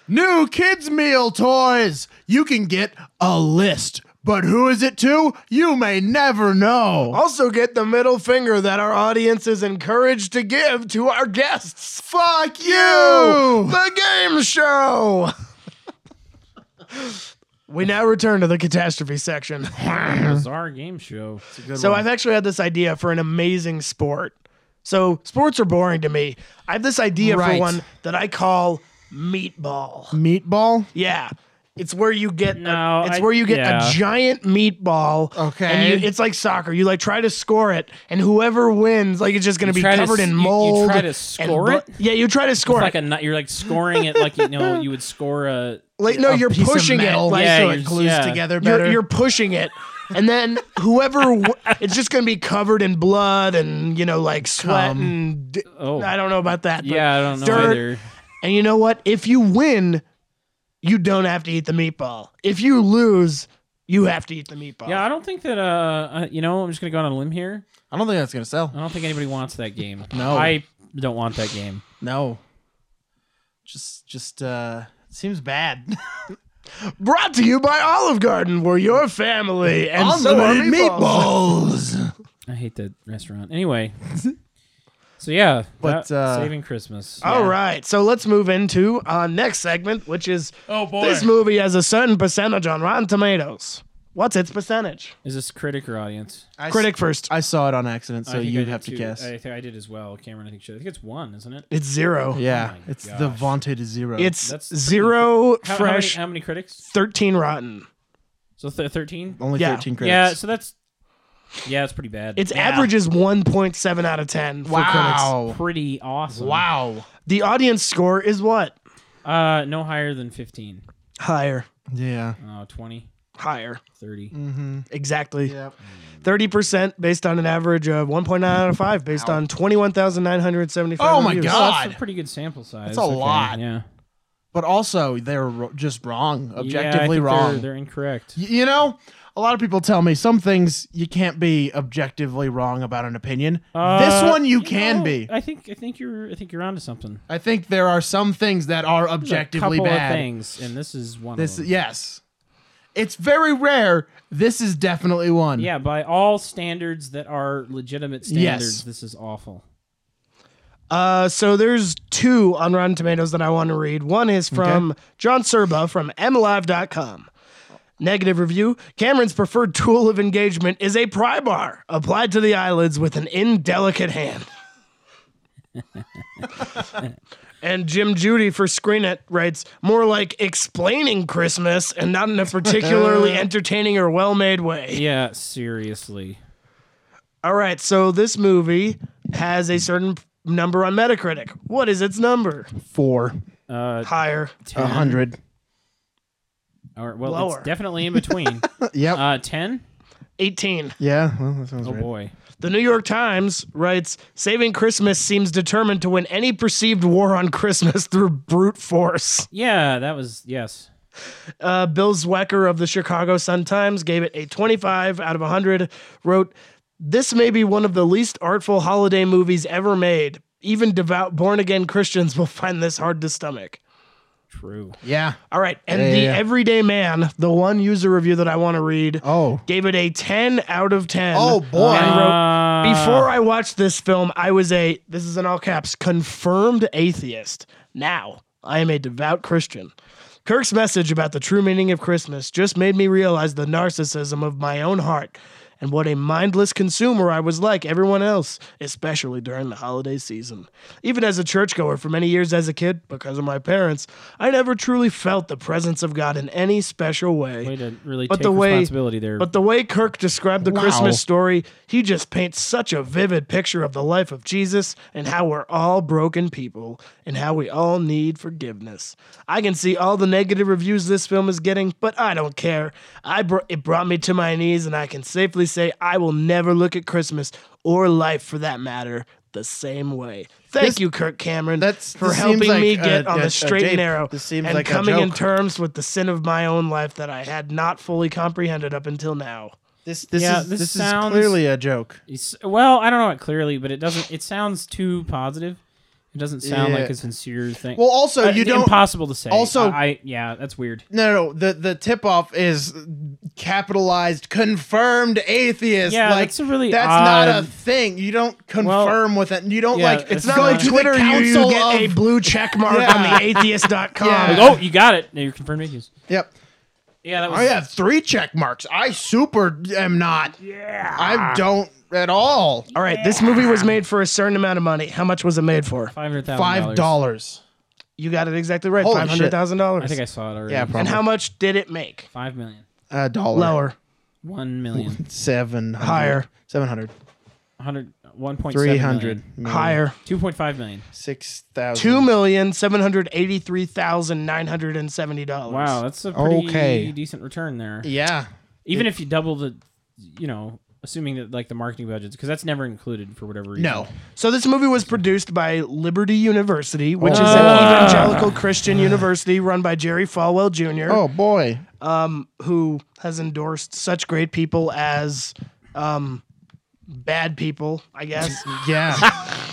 New kids' meal toys! You can get a list But who is it to? You may never know.
Also, get the middle finger that our audience is encouraged to give to our guests. Fuck
you!
The game show! we now return to the catastrophe section.
Bizarre game show.
So I've actually had this idea for an amazing sport. So sports are boring to me. I have this idea
Right.
for one that I call meatball.
Meatball?
Yeah. It's where you get
No,
a, it's
I-
where you get
yeah.
a giant meatball.
Okay.
And you, it's like soccer. You like try to score it and whoever wins like it's just going to be
try to
covered
s-
in
you- you
mold.
try to
and
score
bu-
it?
Yeah, you try to score
It's like
it.
a nut. You're like scoring it like you know you would score a.
like no, you're
Piece of
pushing it
metal,
like
Yeah,
so
you're-
it glues
yeah.
together better.
you're, you're pushing it and then whoever w- it's just going to be covered in blood and you know like sweat
Cum.
and d-
Oh.
i don't know about that but-
Yeah, I don't know
dirt.
either.
and you know what if you win you don't have to eat the meatball if you lose you have to eat the meatball
Yeah, I don't think that. Uh, uh, you know, I'm just gonna go on a limb here.
I don't think that's gonna
I
sell.
don't think anybody wants that game.
No.
I don't want that game.
No. Just just uh seems bad.
brought to you by olive garden where your family and so are
Unlimited
meatballs.
meatballs.
I hate that restaurant. Anyway. so yeah,
But,
that-
uh,
saving Christmas.
All right, so let's move into our next segment, which is
Oh boy.
this movie has a certain percentage on Rotten Tomatoes. What's its percentage?
Is this critic or audience?
I s-
Critic first.
I saw it on accident,
I
so
think I
you'd
did
have to
too.
guess.
I think I did as well. Cameron, I think she. I think it's one, isn't it?
It's zero.
yeah,
Oh my
it's the
gosh.
vaunted zero.
It's
That's pretty-
zero
How, how many-
fresh,
How many, critics?
thirteen rotten.
So th- thirteen.
only
yeah.
thirteen critics.
Yeah. So that's. Yeah, it's pretty bad.
Its average is one point seven out of ten for critics.
wow,
pretty awesome.
wow.
The audience score is what?
Uh, no higher than fifteen.
Higher,
Yeah.
Oh, 20,
higher,
30.
Mm.
exactly.
Yep.
Thirty percent based on an average of one point nine out of five, based on twenty one thousand nine hundred seventy five.
Oh my God.
Oh, that's a pretty good sample size.
That's a lot.
Yeah.
But also, they're ro- just wrong,
yeah, I
objectively
think
wrong.
They're, they're incorrect.
Y- You know, a lot of people tell me some things you can't be objectively wrong about an opinion. this
Uh,
one you, can
know,
be.
I think I think you're I think you're onto something.
I think there are some things that are
There's a
objectively
couple of
bad.
things, and this is one.
This
of them.
yes. It's very rare. This is definitely one.
yeah. By all standards that are legitimate
Yes.
standards, this is awful.
Uh, so there's two on Rotten Tomatoes that I want to read. One is from John Serba from MLive.com. Negative review. Cameron's preferred tool of engagement is a pry bar applied to the eyelids with an indelicate hand. and Jim Judy for Screen It writes more like explaining Christmas and not in a particularly entertaining or well made way.
Yeah, seriously.
All right, so this movie has a certain number on Metacritic. What is its number?
Four.
Uh,
Higher.
A hundred.
or well,
Lower.
it's definitely in between.
Yep.
uh, ten.
18.
yeah. Well, that sounds
Oh
right.
boy.
The New York Times writes Saving Christmas seems determined to win any perceived war on Christmas through brute force.
Yeah, that was yes.
Uh, Bill Zwecker of the Chicago Sun Times gave it a 25 out of 100, wrote, This may be one of the least artful holiday movies ever made. Even devout born again Christians will find this hard to stomach.
True.
Yeah.
All right. And
Yeah,
the
yeah, yeah.
Everyday Man, the one user review that I want to read,
Oh.
gave it a 10 out of 10.
Oh boy.
And wrote,
Uh,
Before I watched this film, I was a, this is in all caps, confirmed atheist. Now I am a devout Christian. Kirk's message about the true meaning of Christmas just made me realize the narcissism of my own heart and what a mindless consumer I was like everyone else, especially during the holiday season. Even as a churchgoer for many years as a kid, because of my parents, I never truly felt the presence of God in any special way.
way to really
But
take
the way-
responsibility there.
But the way Kirk described the
Wow.
Christmas story, he just paints such a vivid picture of the life of Jesus and how we're all broken people and how we all need forgiveness. I can see all the negative reviews this film is getting, but I don't care. I br- it brought me to my knees, and I can safely say I will never look at Christmas or life for that matter the same way. Thank
This-
you, Kirk Cameron,
that's-
for
this
helping
seems like
me
a-
get on
a-
the
a
straight and
jape.
narrow
This seems
and
like a
coming in
joke.
terms with the sin of my own life that I had not fully comprehended up until now.
This this
Yeah,
is
this
this,
sounds-
is clearly a joke.
It's- well, I don't know it clearly, but it doesn't. It sounds too positive. It doesn't sound
Yeah.
like a sincere thing.
Well, also
Uh,
you
it's
don't.
impossible to say.
also-
I, I- yeah, that's weird.
no, no, no, the the tip off is capitalized confirmed atheist.
Yeah,
like
that's a really
that's not a
odd-
thing. You don't confirm with it. You don't
yeah,
like.
it's
It's not
not Go
like
to the
Twitter. You, you
Uh, council
get
of-
a
blue check mark
Yeah.
on the atheist.com.
Yeah. Oh,
Oh, you got it. No, You're confirmed atheist.
Yep.
Yeah, that was.
I have three check marks. I super am not. Yeah. I don't at all.
All right, this movie was made for a certain amount of money. How much was it made for?
Five hundred thousand.
Five dollars.
You got it exactly right.
Holy
Five hundred thousand
I
dollars.
think I saw it already.
Yeah, probably.
And how much did it make?
Five million.
A dollar.
Lower,
One million.
Seven hundred.
Higher.
Seven hundred.
Hundred. One point seven
Three
million.
hundred.
higher.
Two point five million.
Six thousand.
Two million seven hundred eighty-three thousand nine hundred and seventy dollars.
Wow, that's a pretty
Okay.
decent return there.
Yeah.
Even if you double the, you know, assuming that like the marketing budgets, because that's never included for whatever reason.
No.
So this movie was produced by Liberty University, which is
Oh.
an evangelical Christian university run by Jerry Falwell Jr.,
Oh boy.
um, who has endorsed such great people as um, bad people, I guess.
Yeah.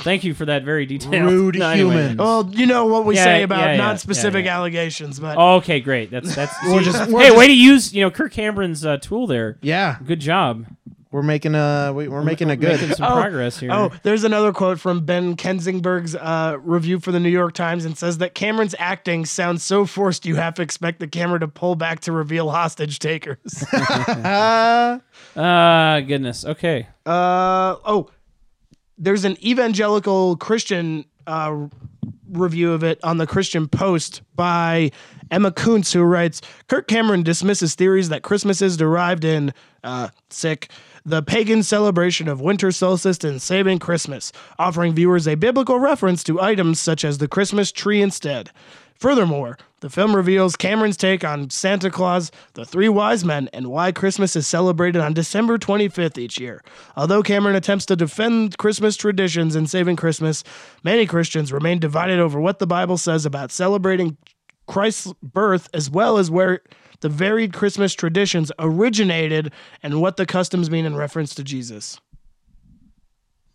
Thank you for that very detailed.
Rude
No, anyway.
human.
well, you know what we
Yeah,
say about
yeah, yeah,
non-specific
yeah, Oh. yeah.
allegations, but
Okay, great. That's that's.
We're just- we're
hey,
just-
way to use you know Kirk Cameron's uh, tool there.
Yeah.
Good job.
We're making a we, we're making a good.
Making some
Oh,
progress here.
Oh, there's another quote from Ben Kensingberg's uh, review for the New York Times and says that Cameron's acting sounds so forced you have to expect the camera to pull back to reveal hostage takers.
Uh,
Ah, goodness. Okay.
uh, oh, there's an evangelical Christian uh, review of it on the Christian Post by Emma Kuntz, who writes Kirk Cameron dismisses theories that Christmas is derived in, uh, sick, the pagan celebration of winter solstice and saving Christmas, offering viewers a biblical reference to items such as the Christmas tree instead. Furthermore, the film reveals Cameron's take on Santa Claus, the three wise men, and why Christmas is celebrated on December 25th each year. Although Cameron attempts to defend Christmas traditions and saving Christmas, many Christians remain divided over what the Bible says about celebrating Christ's birth as well as where the varied Christmas traditions originated and what the customs mean in reference to Jesus.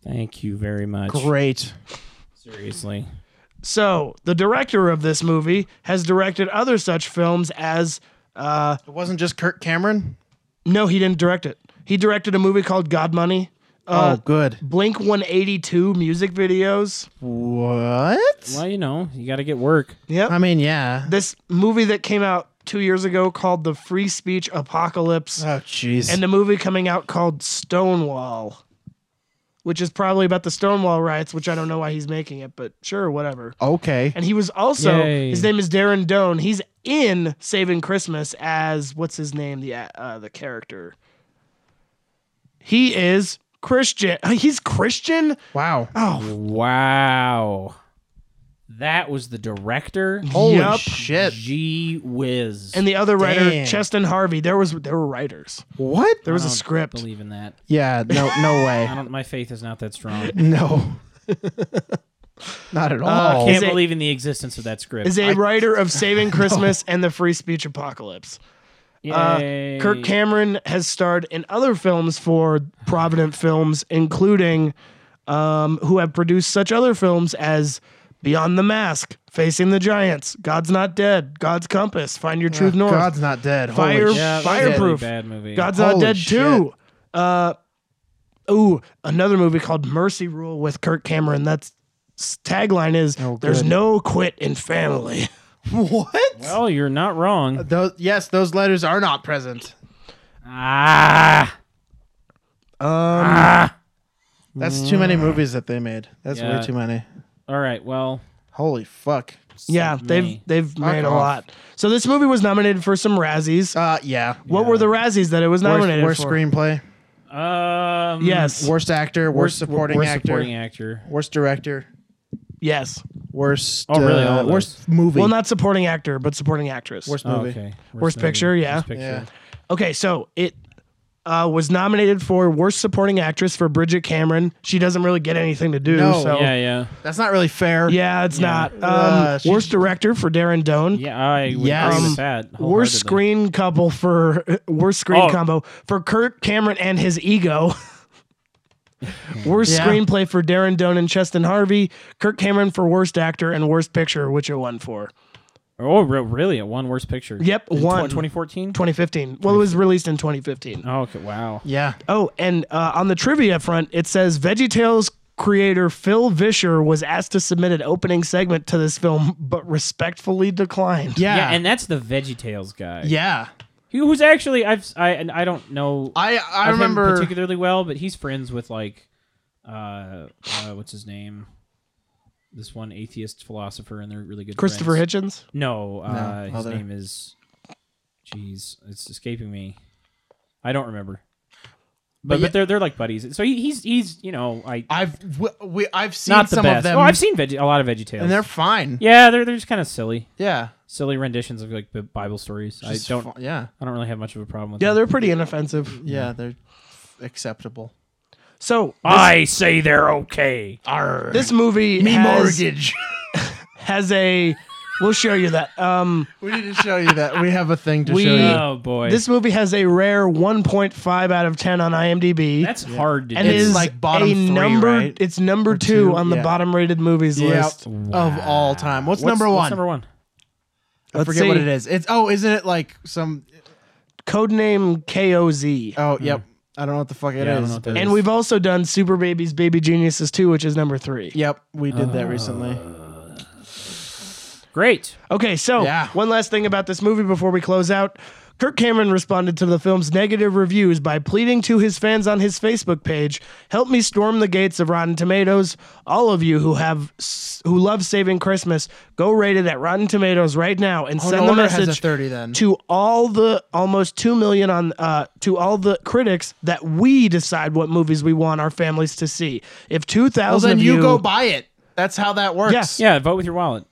Thank you very much.
great.
Seriously.
So, the director of this movie has directed other such films as uh,
It wasn't just Kirk Cameron.
No, he didn't direct it. He directed a movie called God Money, uh,
oh, good.
Blink 182 music videos.
What?
Well, you know, you got to get work.
Yep.
I mean, yeah.
Um, this movie that came out two years ago called The Free Speech Apocalypse,
Oh, jeez.
and
And
the movie coming out called Stonewall, which is probably about the Stonewall riots, which I don't know why he's making it, but sure, whatever.
okay.
And he was also,
Yay.
his name is Darren Doan. He's in Saving Christmas as what's his name, the uh, the character. He is Christian. uh, He's Christian.
Wow.
Oh,
Wow. That was the director.
Holy
Yup.
shit.
Gee whiz.
Oh, and the other writer,
Damn.
Cheston Harvey. There was there were writers.
What?
There was
I
a
don't
script.
Believe in that.
Yeah. No. No way.
I don't. My faith is not that strong.
No. Oh, Not at all.
Can't
it-
believe in the existence of that script.
Is a writer of Saving Christmas and the Free Speech Apocalypse. Uh,
Yay.
Kirk Cameron has starred in other films for Provident Films, including um, who have produced such other films as Beyond the Mask, Facing the Giants, God's Not Dead, God's Compass, Find Your Truth North,
God's not dead. Holy
Fire-
shit.
Yeah, that was a
Fireproof.
Really bad movie.
God's Not
Holy
Dead
shit.
2. Uh, ooh, another movie called Mercy Rule with Kirk Cameron. That's s- tagline is There's
Oh, good.
no quit in family.
What?
Well, you're not
Uh,
wrong.
Those, yes, those letters are not present.
Ah.
That's too many movies that they made. That's
Yeah.
way too many.
All right. Well.
Holy fuck.
Yeah,
so
they've
many.
they've made a
off.
lot. So this movie was nominated for some Razzies.
Uh, yeah.
what were the Razzies that it was
Worst,
nominated
worst
for?
screenplay,
Um.
Yes,
worst actor, worst, supporting
worst
actor,
supporting actor.
worst director,
yes.
worst.
Oh, really? All
uh,
of those?
worst movie.
Well, not supporting actor, but supporting actress.
worst
Oh,
movie.
okay.
Worst picture, yeah.
Worst picture.
Yeah.
Okay, so it uh, was nominated for worst supporting actress for Bridget Cameron. She doesn't really get anything to do.
No.
so
Yeah, yeah,
That's not really fair.
Yeah, it's not. Um,
Uh, she's-
worst director for Darren Doan.
yeah. I would
Yes.
agree
Um,
with that.
Worst
wholeheartedly.
screen couple for worst screen
Oh.
combo for Kirk Cameron and his ego. Worst
Yeah.
screenplay for Darren Dunn and Cheston Harvey. Kirk Cameron for worst actor and worst picture, which it won for.
Oh, re- really? At one worst picture?
Yep,
In
one.
2014?
2015. Well, it was released in 2015.
Oh, okay. Wow.
Yeah.
Oh, and uh, on the trivia front, it says VeggieTales creator Phil Vischer was asked to submit an opening segment to this film, but respectfully declined.
Yeah.
Yeah. and that's the VeggieTales guy.
yeah.
He- who's actually I've I and I don't know
I I
of him
remember
particularly well, but he's friends with like, uh, uh what's his name? This one atheist philosopher, and they're really good.
Christopher
friends.
Hitchens.
No, uh, his
other-
name is. Jeez, it's escaping me. I don't remember. But but,
yeah-
they're they're like buddies. So he, he's he's you know I
I've w- we I've seen
not the
some
best.
of them
Oh, I've seen veg- a lot of VeggieTales.
and they're fine.
yeah, they're they're just kind of silly,
Yeah.
silly renditions of like Bi- Bible stories. I
Just
don't
fi- yeah.
I don't really have much of a problem with.
Yeah,
them.
they're pretty inoffensive.
Yeah, they're acceptable.
So
I say they're okay.
Arr.
this movie
me
has,
mortgage.
has a. We'll show you that. Um,
we need to show you that. We have a thing to
We-
show you.
Oh boy,
this movie has a rare 1.5 out of 10 on IMDb.
that's hard to
and
do.
It's
is
like bottom
a
three,
number.
right?
It's number two,
two,
on the
yeah.
bottom rated movies
Yep.
list.
Of all time. What's,
What's-
number
what's
one?
number one.
I forget what it is. It's oh, isn't it like some
Codename KOZ.
oh yep. I don't know what the fuck it is.
Hmm. Yeah, I don't know what that
but-
is.
And we've also done Super Babies, Baby Geniuses 2, which is number three.
Yep, we did that recently.
Oh. Great.
Okay, so
Yeah.
one last thing about this movie before we close out. Kirk Cameron responded to the film's negative reviews by pleading to his fans on his Facebook page, "Help me storm the gates of Rotten Tomatoes. All of you who have who love Saving Christmas, go rate it at Rotten Tomatoes right now and
Oh,
send
no
the
wonder it has a
message
30 then.
to all the almost 2 million on uh, to all the critics that we decide what movies we want our families to see. If 2000
Well, then
of
you, go buy it. That's how that works.
Yeah.
Yeah, vote with your wallet.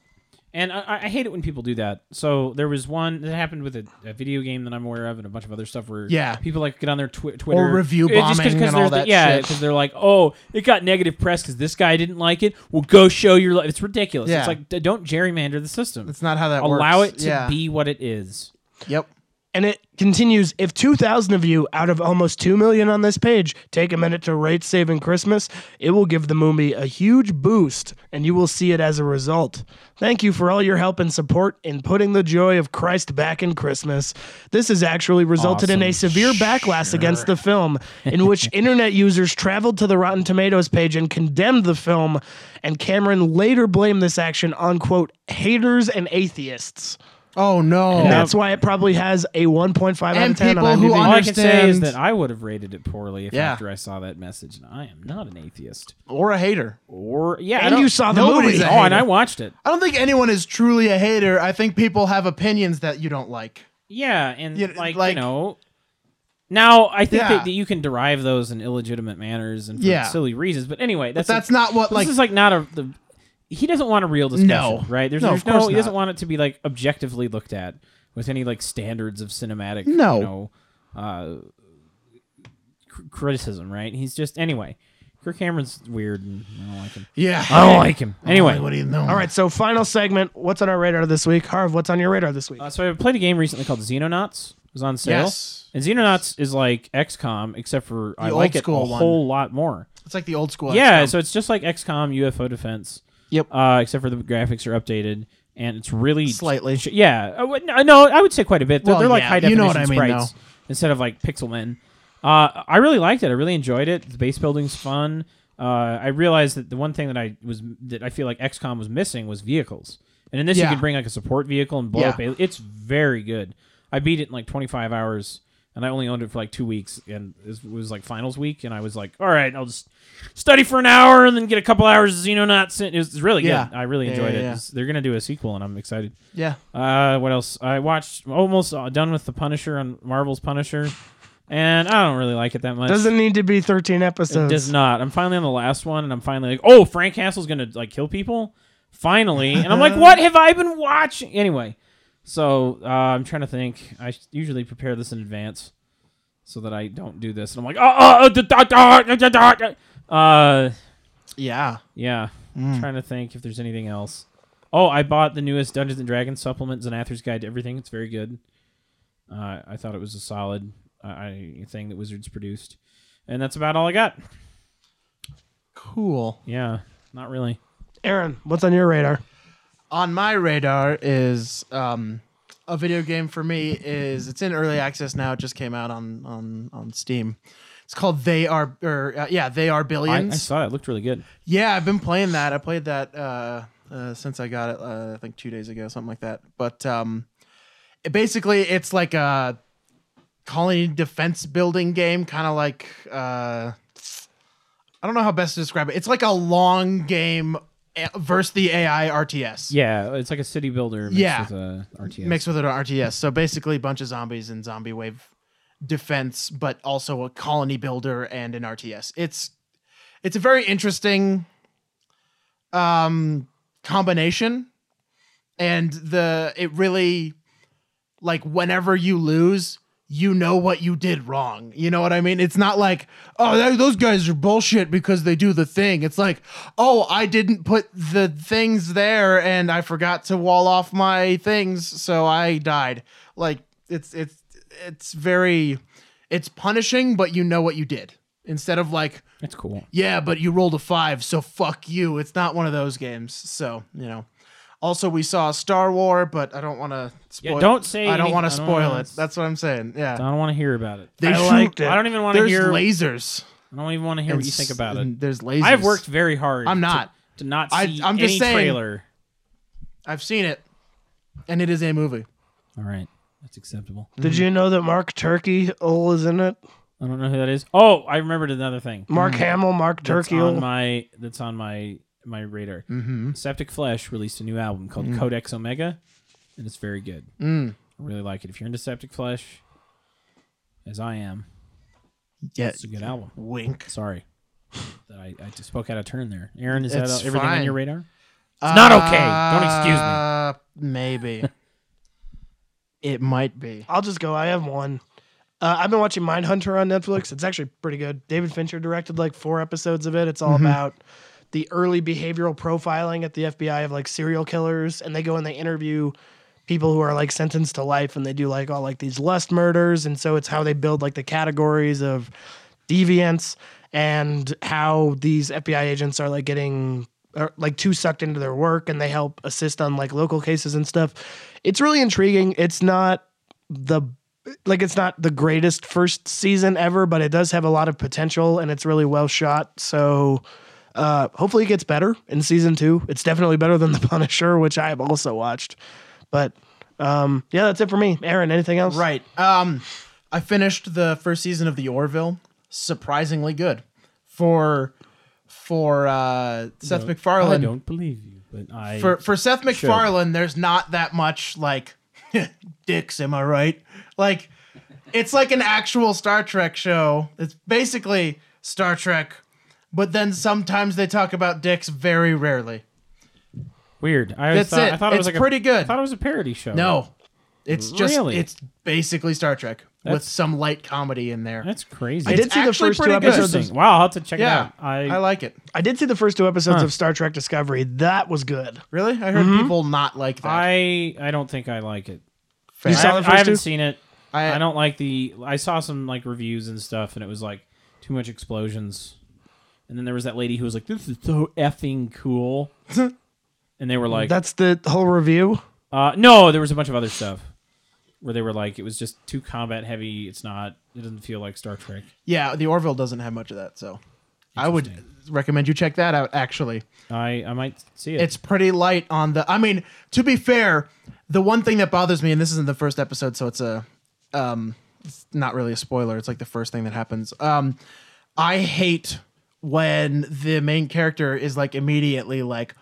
And I- I, I hate it when people do that. So there was one that happened with a, a video game that I'm aware of, and a bunch of other stuff where
Yeah.
people like get on their twi- Twitter
review
It- just 'cause-
bombing
'cause
and
they're
all
the-
that
Yeah,
shit.
because they're like, oh, it got negative press because this guy didn't like it. Well, go show your. Li-. It's ridiculous.
Yeah.
It's like d- don't gerrymander the system.
That's not how that works.
Allow it to
Yeah.
be what it is.
Yep.
And it continues if 2,000 of you out of almost 2 million on this page take a minute to rate Saving Christmas, it will give the movie a huge boost and you will see it as a result. Thank you for all your help and support in putting the joy of Christ back in Christmas. This has actually resulted in a severe backlash against the film, in which internet users traveled to the Rotten Tomatoes page and condemned the film. And Cameron later blamed this action on, quote, haters and atheists.
Oh no.
And that's why it probably has a 1.5 out
And
of 10 on
people who
IMDb.
All I can say is
Understand-
that I would have rated it poorly if
Yeah.
after I saw that message, and I am not an atheist.
Or a hater.
Or yeah, I
and
don't-
you saw the
Nobody's
movie.
a-
Oh, and
hater.
I watched it.
I don't think anyone is truly a hater. I think people have opinions that you don't like.
Yeah, and
You-
like,
like-
you know. Now I think
Yeah.
that, that you can derive those in illegitimate manners and for
Yeah.
silly reasons, but anyway, that's
That's not what
this
like
is like not a the. He doesn't want a real discussion,
No.
right? There's
No,
no,
of
there's
course
no he doesn't
not.
want it to be like objectively looked at with any like standards of cinematic,
No.
you know, uh, cr- criticism, right? He's just anyway. Kirk Cameron's weird, and I don't like him.
yeah. Oh,
I don't like him. Uh, Anyway,
what do you know?
All right, so final segment. What's on our radar this week? Harv, what's on your radar this week?
Uh, so I played a game recently called Xenonauts. It was on sale.
Yes.
And Xenonauts is like XCOM, except for I
The
like
old
it a
school one.
whole lot more.
It's like the old school.
yeah,
XCOM.
so it's just like XCOM UFO Defense.
Yep.
Uh, except for the graphics are updated, and it's really
Slightly.
sh- yeah. I would- no, I would say quite a bit. They're,
Well,
they're like
yeah,
high
you
definition
know what I mean,
sprites instead of like pixel men. Uh, I really liked it. I really enjoyed it. The base building's fun. Uh, I realized that the one thing that I was that I feel like XCOM was missing was vehicles. And in this, you
Yeah.
can bring like a support vehicle and blow
Yeah.
up. a- It's very good. I beat it in like 25 hours, and I only owned it for like two weeks, and it was like finals week, and I was like, all right, I'll just study for an hour and then get a couple hours of Xenonauts. in." It was really
Yeah.
good. I really
Yeah,
enjoyed
yeah,
it.
yeah.
It's- They're gonna do a sequel, and I'm excited.
yeah.
Uh, what else? I watched almost uh, done with the Punisher on Marvel's Punisher, and I don't really like it that much.
Doesn't need to be 13
it
episodes.
does not. I'm finally on the last one, and I'm finally like, oh, Frank Castle's gonna like kill people, finally. And I'm like, what have I been watching? Anyway, so uh, I'm trying to think. I s- usually prepare this in advance so that I don't do this. And I'm like, oh, oh, oh, da, da, da, da, da, da, da." uh,
Yeah.
yeah.
Mm.
I'm trying to think if there's anything else. Oh, I bought the newest Dungeons and Dragons supplement, Xanathar's Guide to Everything. It's very good. Uh, I thought it was a solid uh, I, thing that Wizards produced, and that's about all I got.
cool.
Yeah, not really.
Aaron, what's on your radar?
On my radar is um, a video game for me is it's in early access now. It just came out on on on Steam. It's called They Are or uh, yeah, They Are
I, I
Billions.
saw that. It looked really good.
Yeah, I've been playing that. I played that uh, uh, since I got it. Uh, I think two days ago, something like that. But um, it basically, it's like a colony defense building game, kind of like uh, I don't know how best to describe it. It's like a long game eh, versus the AI RTS.
Yeah, it's like a city builder mixed
Yeah.
with uh, a RTS.
Mixed with an RTS. So basically, a bunch of zombies and zombie wave defense, but also a colony builder and an RTS. It's it's a very interesting um, combination, and the it really like whenever you lose. You know what you did wrong. You know what I mean? It's not like, oh, tho- those guys are bullshit because they do the thing. It's like, oh, I didn't put the things there and I forgot to wall off my things, so I died. Like it's it's it's very it's punishing, but you know what you did. Instead of like,
That's cool.
yeah, but you rolled a five, so fuck you. It's not one of those games. So, you know. Also, we saw Star War, but I don't want to spoil.
Yeah, don't say.
I don't want to
anything.
spoil
wanna-
it. That's what I'm saying.
I
Yeah,
don't want to hear about it.
they
I liked it.
I don't even want to
There's
hear.
lasers.
I don't even want to hear
and
what you think
s-
about it.
and There's lasers.
I've worked very hard.
I'm
to-
not.
to, not
I-
see
I'm just
any
saying-
trailer.
I've seen it, and it is a movie.
All right, that's acceptable.
Did you know that Mark Turkey Ole is in it?
I don't know who that is. Oh, I remembered another thing.
Mark Hamill, Mark
Mm. That's
Turkey
on
Ole.
my that's on my my radar.
Mm-hmm.
Septic Flesh released a new album called Codex Omega, and it's very good.
Mm.
I really like it. If you're into Septic Flesh, as I am,
Yeah.
it's a good album.
Wink.
Sorry that I, I just spoke out of turn there. Aaron, is
It's
that everything on
fine.
your radar? It's not okay. Don't excuse me.
Uh, maybe. it might be.
I'll just go. I have one. Uh, I've been watching Mindhunter on Netflix. It's actually pretty good. David Fincher directed like four episodes of it. It's all about the early behavioral profiling at the FBI of like serial killers, and they go and they interview people who are like sentenced to life, and they do like all like these lust murders, and so it's how they build like the categories of deviance and how these FBI agents are like getting are, like too sucked into their work, and they help assist on like local cases and stuff. It's really intriguing. It's not the like it's not the greatest first season ever, but it does have a lot of potential and it's really well shot. So uh, hopefully it gets better in season two. It's definitely better than The Punisher, which I have also watched. But um, yeah, that's it for me. Aaron, anything else?
Right. Um, I finished the first season of The Orville. Surprisingly good for for uh, Seth
I
MacFarlane.
don't believe you, but I
for for Seth MacFarlane, there's not that much like dicks. Am I right? Like, it's like an actual Star Trek show. It's basically Star Trek, but then sometimes they talk about dicks. Very rarely.
weird. I
That's
always thought,
it.
I thought it was
It's
like
pretty
a,
good.
I thought it was a parody show.
No, it's just
Really?
it's basically Star Trek with
That's-
some light comedy in there.
that's crazy.
I
It's
did see the
actually
first two
pretty good.
episodes. Of,
Interesting. Wow, I'll have to check it
Yeah,
out. I,
I like it.
I did see the first two episodes
Huh.
of Star Trek Discovery. That was good.
Really, I heard people not like that.
I I don't think I like it.
Fair.
You
I
saw
haven't,
the first
I haven't
two?
seen it.
I-
I, don't like the. I saw some like reviews and stuff, and it was like too much explosions. And then there was that lady who was like, "This is so effing cool," and they were like,
That's the whole review.
uh, "No." There was a bunch of other stuff where they were like, "It was just too combat heavy. It's not. It doesn't feel like Star Trek."
yeah, The Orville doesn't have much of that, so I would recommend you check that out. Actually,
I I might see it.
it's pretty light on the i mean to be fair the one thing that bothers me and this isn't the first episode so it's a um it's not really a spoiler it's like the first thing that happens um i hate when the main character is like immediately like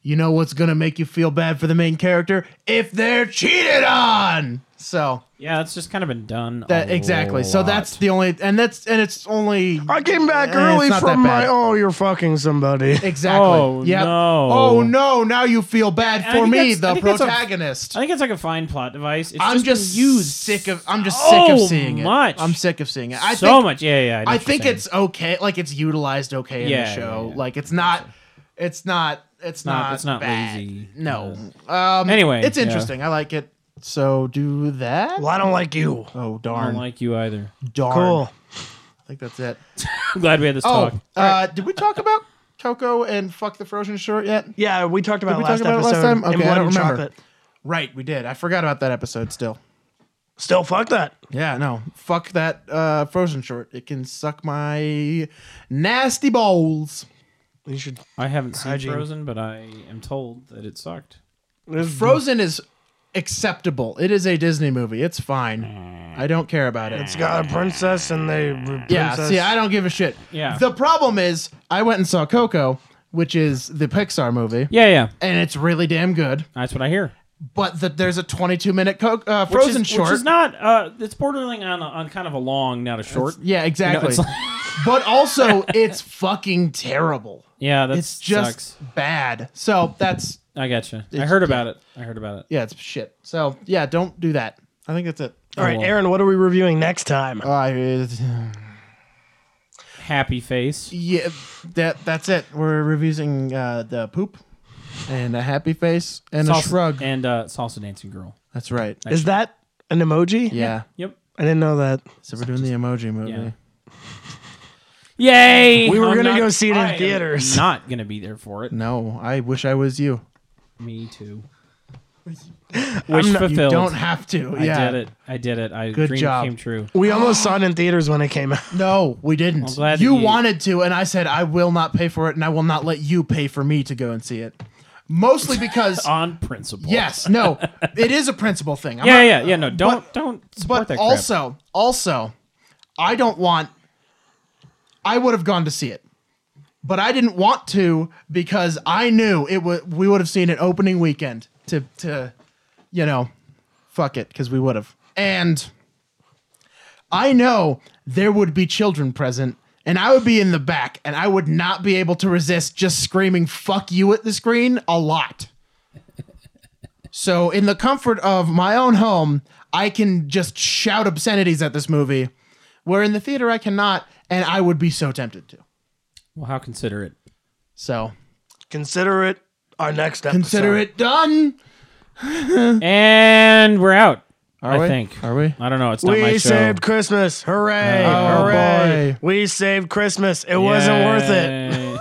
you know what's gonna make you feel bad for the main character if they're cheated on so
yeah, it's just kind of been done.
that
a
exactly so
lot.
that's the only and that's and it's only
I came back
Eh, it's
early
not that
from my
bad.
oh, you're fucking somebody.
Exactly.
Oh,
Yep.
no.
Oh no! Now you feel bad
I
for
think
me,
that's- I
the
think that's a-
protagonist.
I think it's like a fine plot device. It's
I'm
just, been
just
used
sick of. I'm just
so
sick of seeing it.
much.
I'm sick of seeing it. I
so
think,
much. Yeah, yeah. know
I
what you're
think
saying.
it's okay. Like it's utilized okay in
Yeah,
the
yeah,
show.
yeah.
Like it's not. It's not. It's
not-
not.
it's not
bad.
lazy.
No. Um.
Anyway,
it's
yeah.
interesting. I like it. So do that.
Well, I don't like you.
Oh
I
darn!
don't like you either.
darn.
Cool.
think that's it.
I'm glad we had this
Oh,
talk.
uh, did we talk about Coco and fuck the frozen short yet?
Yeah, we talked about
we
it
talk
last
about it last
episode.
time? Okay,
and
I
blood
don't
and
remember.
chocolate.
Right, we did. I forgot about that episode still.
Still, fuck that.
Yeah, no. Fuck that uh, frozen short. It can suck my nasty balls.
You should.
I haven't seen
Hygiene.
Frozen, but I am told that it sucked.
Frozen is acceptable. It is a Disney movie. It's fine. I don't care about it.
It's got a princess and they. Princess.
yeah, see, I don't give a shit.
Yeah.
The problem is, I went and saw Coco, which is the Pixar movie,
Yeah, yeah,
and it's really damn good.
that's what I hear.
But the, there's a 22 minute co- uh,
Which
Frozen
is,
short.
which is not. Uh, it's bordering on on kind of a long, not a short.
yeah, exactly.
it's like-
but also, it's fucking terrible.
yeah, that's
It's just
sucks.
bad. So that's
I gotcha. I
it's-
heard about it. I heard about it.
yeah, it's shit. So yeah, don't do that. I think that's it.
All right,
Oh, well.
Aaron, what are we reviewing next time?
Uh,
Happy face.
yeah, that that's it. We're reviewing uh, the poop and a happy face and a
Salsa-
shrug.
and uh, salsa dancing girl.
that's right.
Is that an emoji?
Yeah.
Yep.
I didn't know that.
So we're doing the emoji movie.
Yeah. Yay!
We were
I'm
gonna
not-
go see it in
I am
theaters.
Not gonna be there for it.
No, I wish I was you.
Me too. Wish
I'm not- you
fulfilled.
Don't have to.
I
Yeah.
did it. I did it. I
Good
dream
job.
came true.
We almost saw it in theaters when it came out.
No, we didn't.
I'm glad
you
you-
wanted to, and I said I will not pay for it, and I will not let you pay for me to go and see it. Mostly because
On principle.
yes, no, it is a principle thing. I'm
Yeah,
not-
yeah, yeah. No, don't don't support
But
that crap.
also, also, I don't want. I would have gone to see it, but I didn't want to because I knew it would. We would have seen it opening weekend to to, you know, fuck it because we would have. And I know there would be children present. And I would be in the back, and I would not be able to resist just screaming "fuck you" at the screen a lot. So, in the comfort of my own home, I can just shout obscenities at this movie, where in the theater I cannot, and I would be so tempted to.
well, how considerate.
So,
Consider it our next episode.
consider it done. And
And we're out. I
we?
think.
Are we?
I don't know. It's not my
We
show.
saved Christmas. Hooray.
Oh,
Hooray.
boy.
We saved Christmas. It wasn't worth it.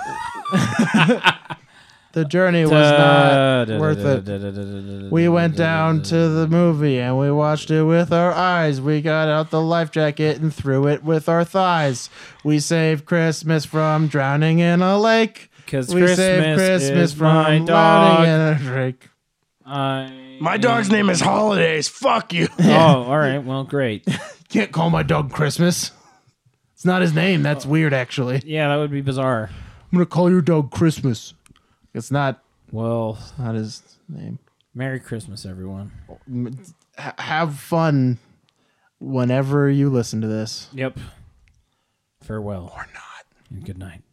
the journey was
Uh,
not worth it. We went down to the movie and we watched it with our eyes. We got out the life jacket and threw it with our thighs. We saved Christmas from drowning in a lake.
'Cause
we saved
Christmas
Christmas
is my
from
dog.
drowning in a drake.
I...
My dog's name is Holidays. Fuck you.
Oh, all right. Well, great.
Can't call my dog Christmas. It's not his name. That's weird, actually.
Yeah, that would be bizarre.
I'm gonna call your dog Christmas. It's not
Well,
not his name.
Merry Christmas, everyone.
H- have fun whenever you listen to this.
Yep. Farewell. Or not. And good night.